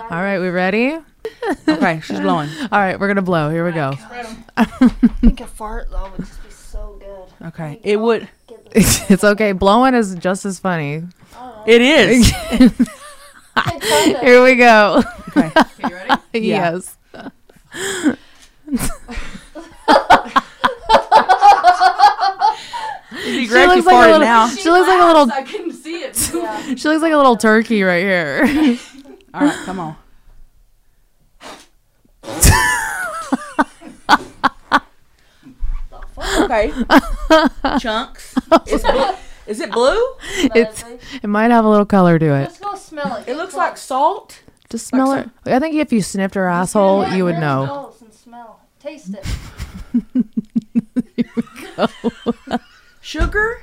All right, we ready? All
okay, she's blowing.
right, we're gonna blow. Here we *laughs* go.
I think a fart though would just be so
*laughs*
good.
Okay. It would.
Get the-
It's okay. Blowing is just as funny.
It is.
I tried it.
Here we go. *laughs*
Okay.
Okay, you ready?
Yeah.
Yes.
It'd be
She
great if you
looks, like a
farted
little, *laughs*
now.
she looks like a little.
I couldn't see
*laughs*
it.
She looks like a little turkey right here.
All right, come on. *laughs*
*laughs*
okay. Chunks. Is, bl- is it blue?
it's, *laughs* it might have a little color to it.
Just go smell it.
It looks like salt.
Just smell it. I think if you sniffed her asshole, you would know.
Smells and smell. Taste it.
Sugar.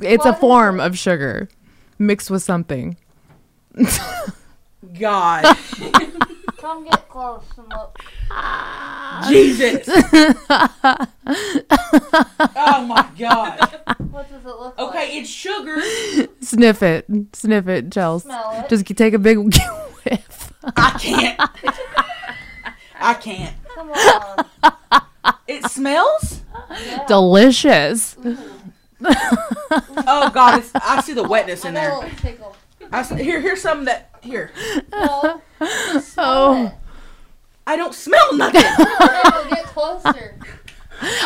It's a form of sugar mixed with something.
God.
*laughs*
Come get close and look.
*laughs*
Jesus. oh my God.
What does it look like?
Okay, it's sugar.
Sniff it. Sniff it, Chels.
Smell it.
Just take a big *laughs* whiff.
I can't. I can't.
Come
*laughs*
on.
It smells.
Delicious.
Oh God. It's, I see the wetness
I
in
got a
there.
little tickle.
I see, here, here's some that here.
No. Just smell
Oh.
I don't smell
*laughs*
nothing.
it. No, get closer.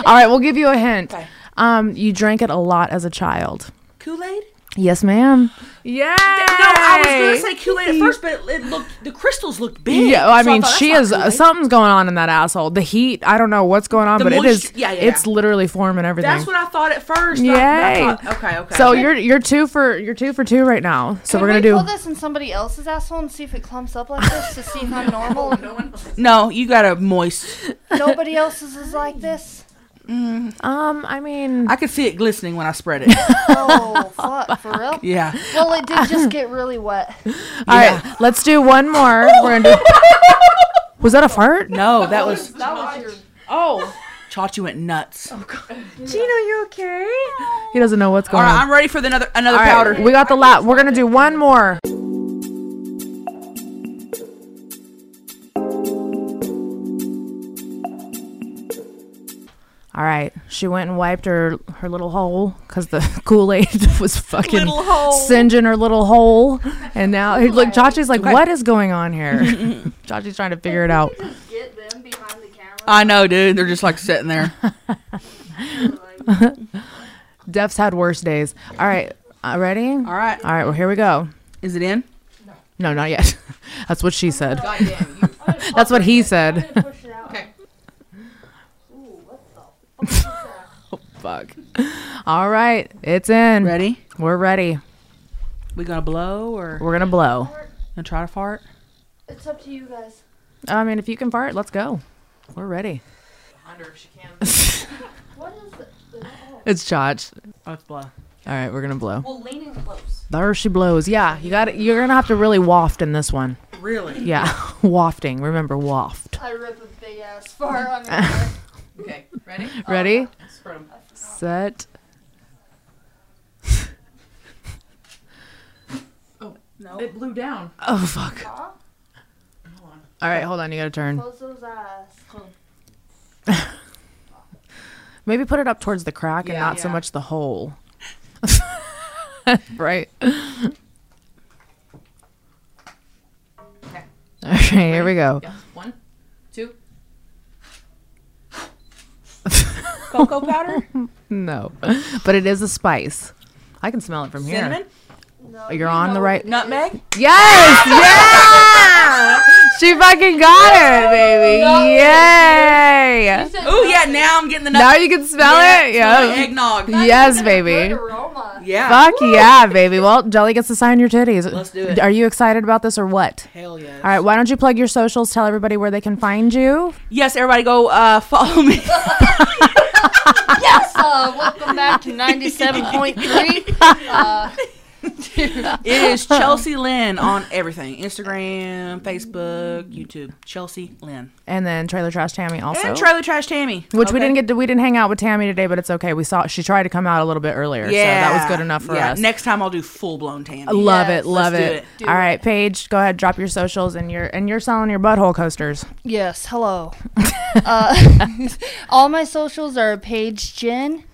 All right, we'll give you a hint.
Okay.
Um, you drank it a lot as a child.
Kool Aid.
Yes, ma'am. Yeah.
No, I was gonna say Kool Aid at first, but it, it looked the crystals looked big.
Yeah, I
so
mean,
thought,
she
that's
is
not Kool-Aid.
something's going on in that asshole. The heat, I don't know what's going on,
The
but it is.
moisture- yeah, yeah,
It's
yeah.
literally forming everything.
That's what I thought at first.
Yay!
I, I thought, okay, okay.
So you're you're two for you're two for two right now. *laughs* So
Could
we're gonna
we
do.
pull this in somebody else's asshole and see if it clumps up like this to see if I'm normal? and
*laughs* no, you got a moist.
Nobody else's is like this.
Um, I mean,
I could see it glistening when I spread it. *laughs*
Oh fuck, for real?
Yeah.
Well, it did just get really wet.
all right, let's do one more. We're
*laughs*
gonna do. Was that a fart?
No, that was
That was your.
Oh,
Chachi went nuts. All
Gino, you okay? He doesn't know what's going
right,
on.
I'm ready for the another another
All right,
powder.
we got the lap. We're gonna do one more. All right, she went and wiped her her little hole because the *laughs* Kool Aid was fucking
Little hole.
singeing her little hole, and now look, Chachi's like, "What is going on
*laughs*
here?" Chachi's trying to figure it out.
Get them behind the camera.
I know, dude. They're just like sitting there.
Def's had worse days. All right, uh, ready? All
*laughs* All right.
right, well here we go.
Is it in?
No, not yet. *laughs* That's what she said.
Goddamn, you
*laughs* That's what he said. *laughs*
Push it out.
Fuck. All right, it's in.
Ready?
We're ready.
We gonna blow or
We're gonna blow.
gonna try to fart?
It's up to you guys.
I mean, if you can fart, let's go. We're ready. *laughs*
under if she can.
What is it?
It's Chach.
Let's blow.
All right, we're gonna blow.
Well, lean in close.
There she blows. Yeah, you got. You're gonna have to really waft in this one.
Really?
Yeah, *laughs* wafting. Remember waft.
I rip a big ass
*laughs*
fart on your hair.
Okay, ready?
Ready,
Spread 'em.
set.
It blew down.
Oh fuck. All right, hold on. You got to turn.
Close those eyes.
Maybe put it up towards the crack and not so
yeah.
much the hole. right. *laughs* Okay, here we go.
Yeah. One, two.
Cocoa powder?
*laughs*
*laughs*
No, but it is a spice. I can smell it from here.
Cinnamon?
You're on the right.
Nutmeg?
Yes, yeah. She fucking got it, baby. Yay.
Oh yeah, now I'm getting the
Now you
nutmeg.
can smell it.
smell the
Yeah.
Eggnog.
Yes, baby.
Aroma.
Yeah.
Fuck yeah, baby. Well, Jelly gets to sign your titties.
Let's do it.
Are you excited about this or what?
Hell yes.
All right, why don't you plug your socials? Tell everybody where they can find you.
*laughs* Yes, everybody go uh, follow me.
*laughs* yes, uh, welcome back to 97.3. Uh, *laughs*
It is Chelsea Lynn on everything Instagram, Facebook, YouTube. Chelsea Lynn.
And then Trailer Trash Tammy also.
And Trailer Trash Tammy.
which we
Okay.
didn't get to, we didn't hang out with Tammy today, but it's okay. We saw she tried to come out a little bit earlier, so that was good enough for
Yeah.
us.
Next time I'll do full blown
I
Tammy.
love
Yes,
it, love
let's do
it.
it.
Do
All
it.
right, Paige, go ahead, drop your socials and your and you're selling your butthole coasters.
yes,
*laughs*
hello. Uh, *laughs* all my socials are Paige Gin,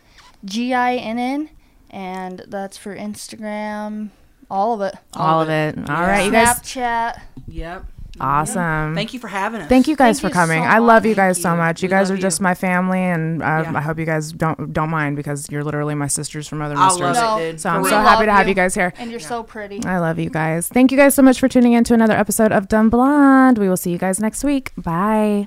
G I N N, and that's for Instagram, all of it.
All, of it. All right, you guys.
Snapchat.
Yep.
Awesome.
Thank you for having us.
Thank you guys
Thank
for
you
coming.
so
I love you
much.
guys
Thank
so
you.
much. You
We
guys
love
are just
you.
my family, and uh,
Yeah.
I hope you guys don't don't mind because you're literally my sisters from other
I
misters.
love
No.
it, dude.
So I'm
For
so
real.
happy
love
to have
you.
you guys here.
And you're so pretty.
I love you guys. Thank you guys so much for tuning in to another episode of Dumb Blonde. We will see you guys next week. Bye.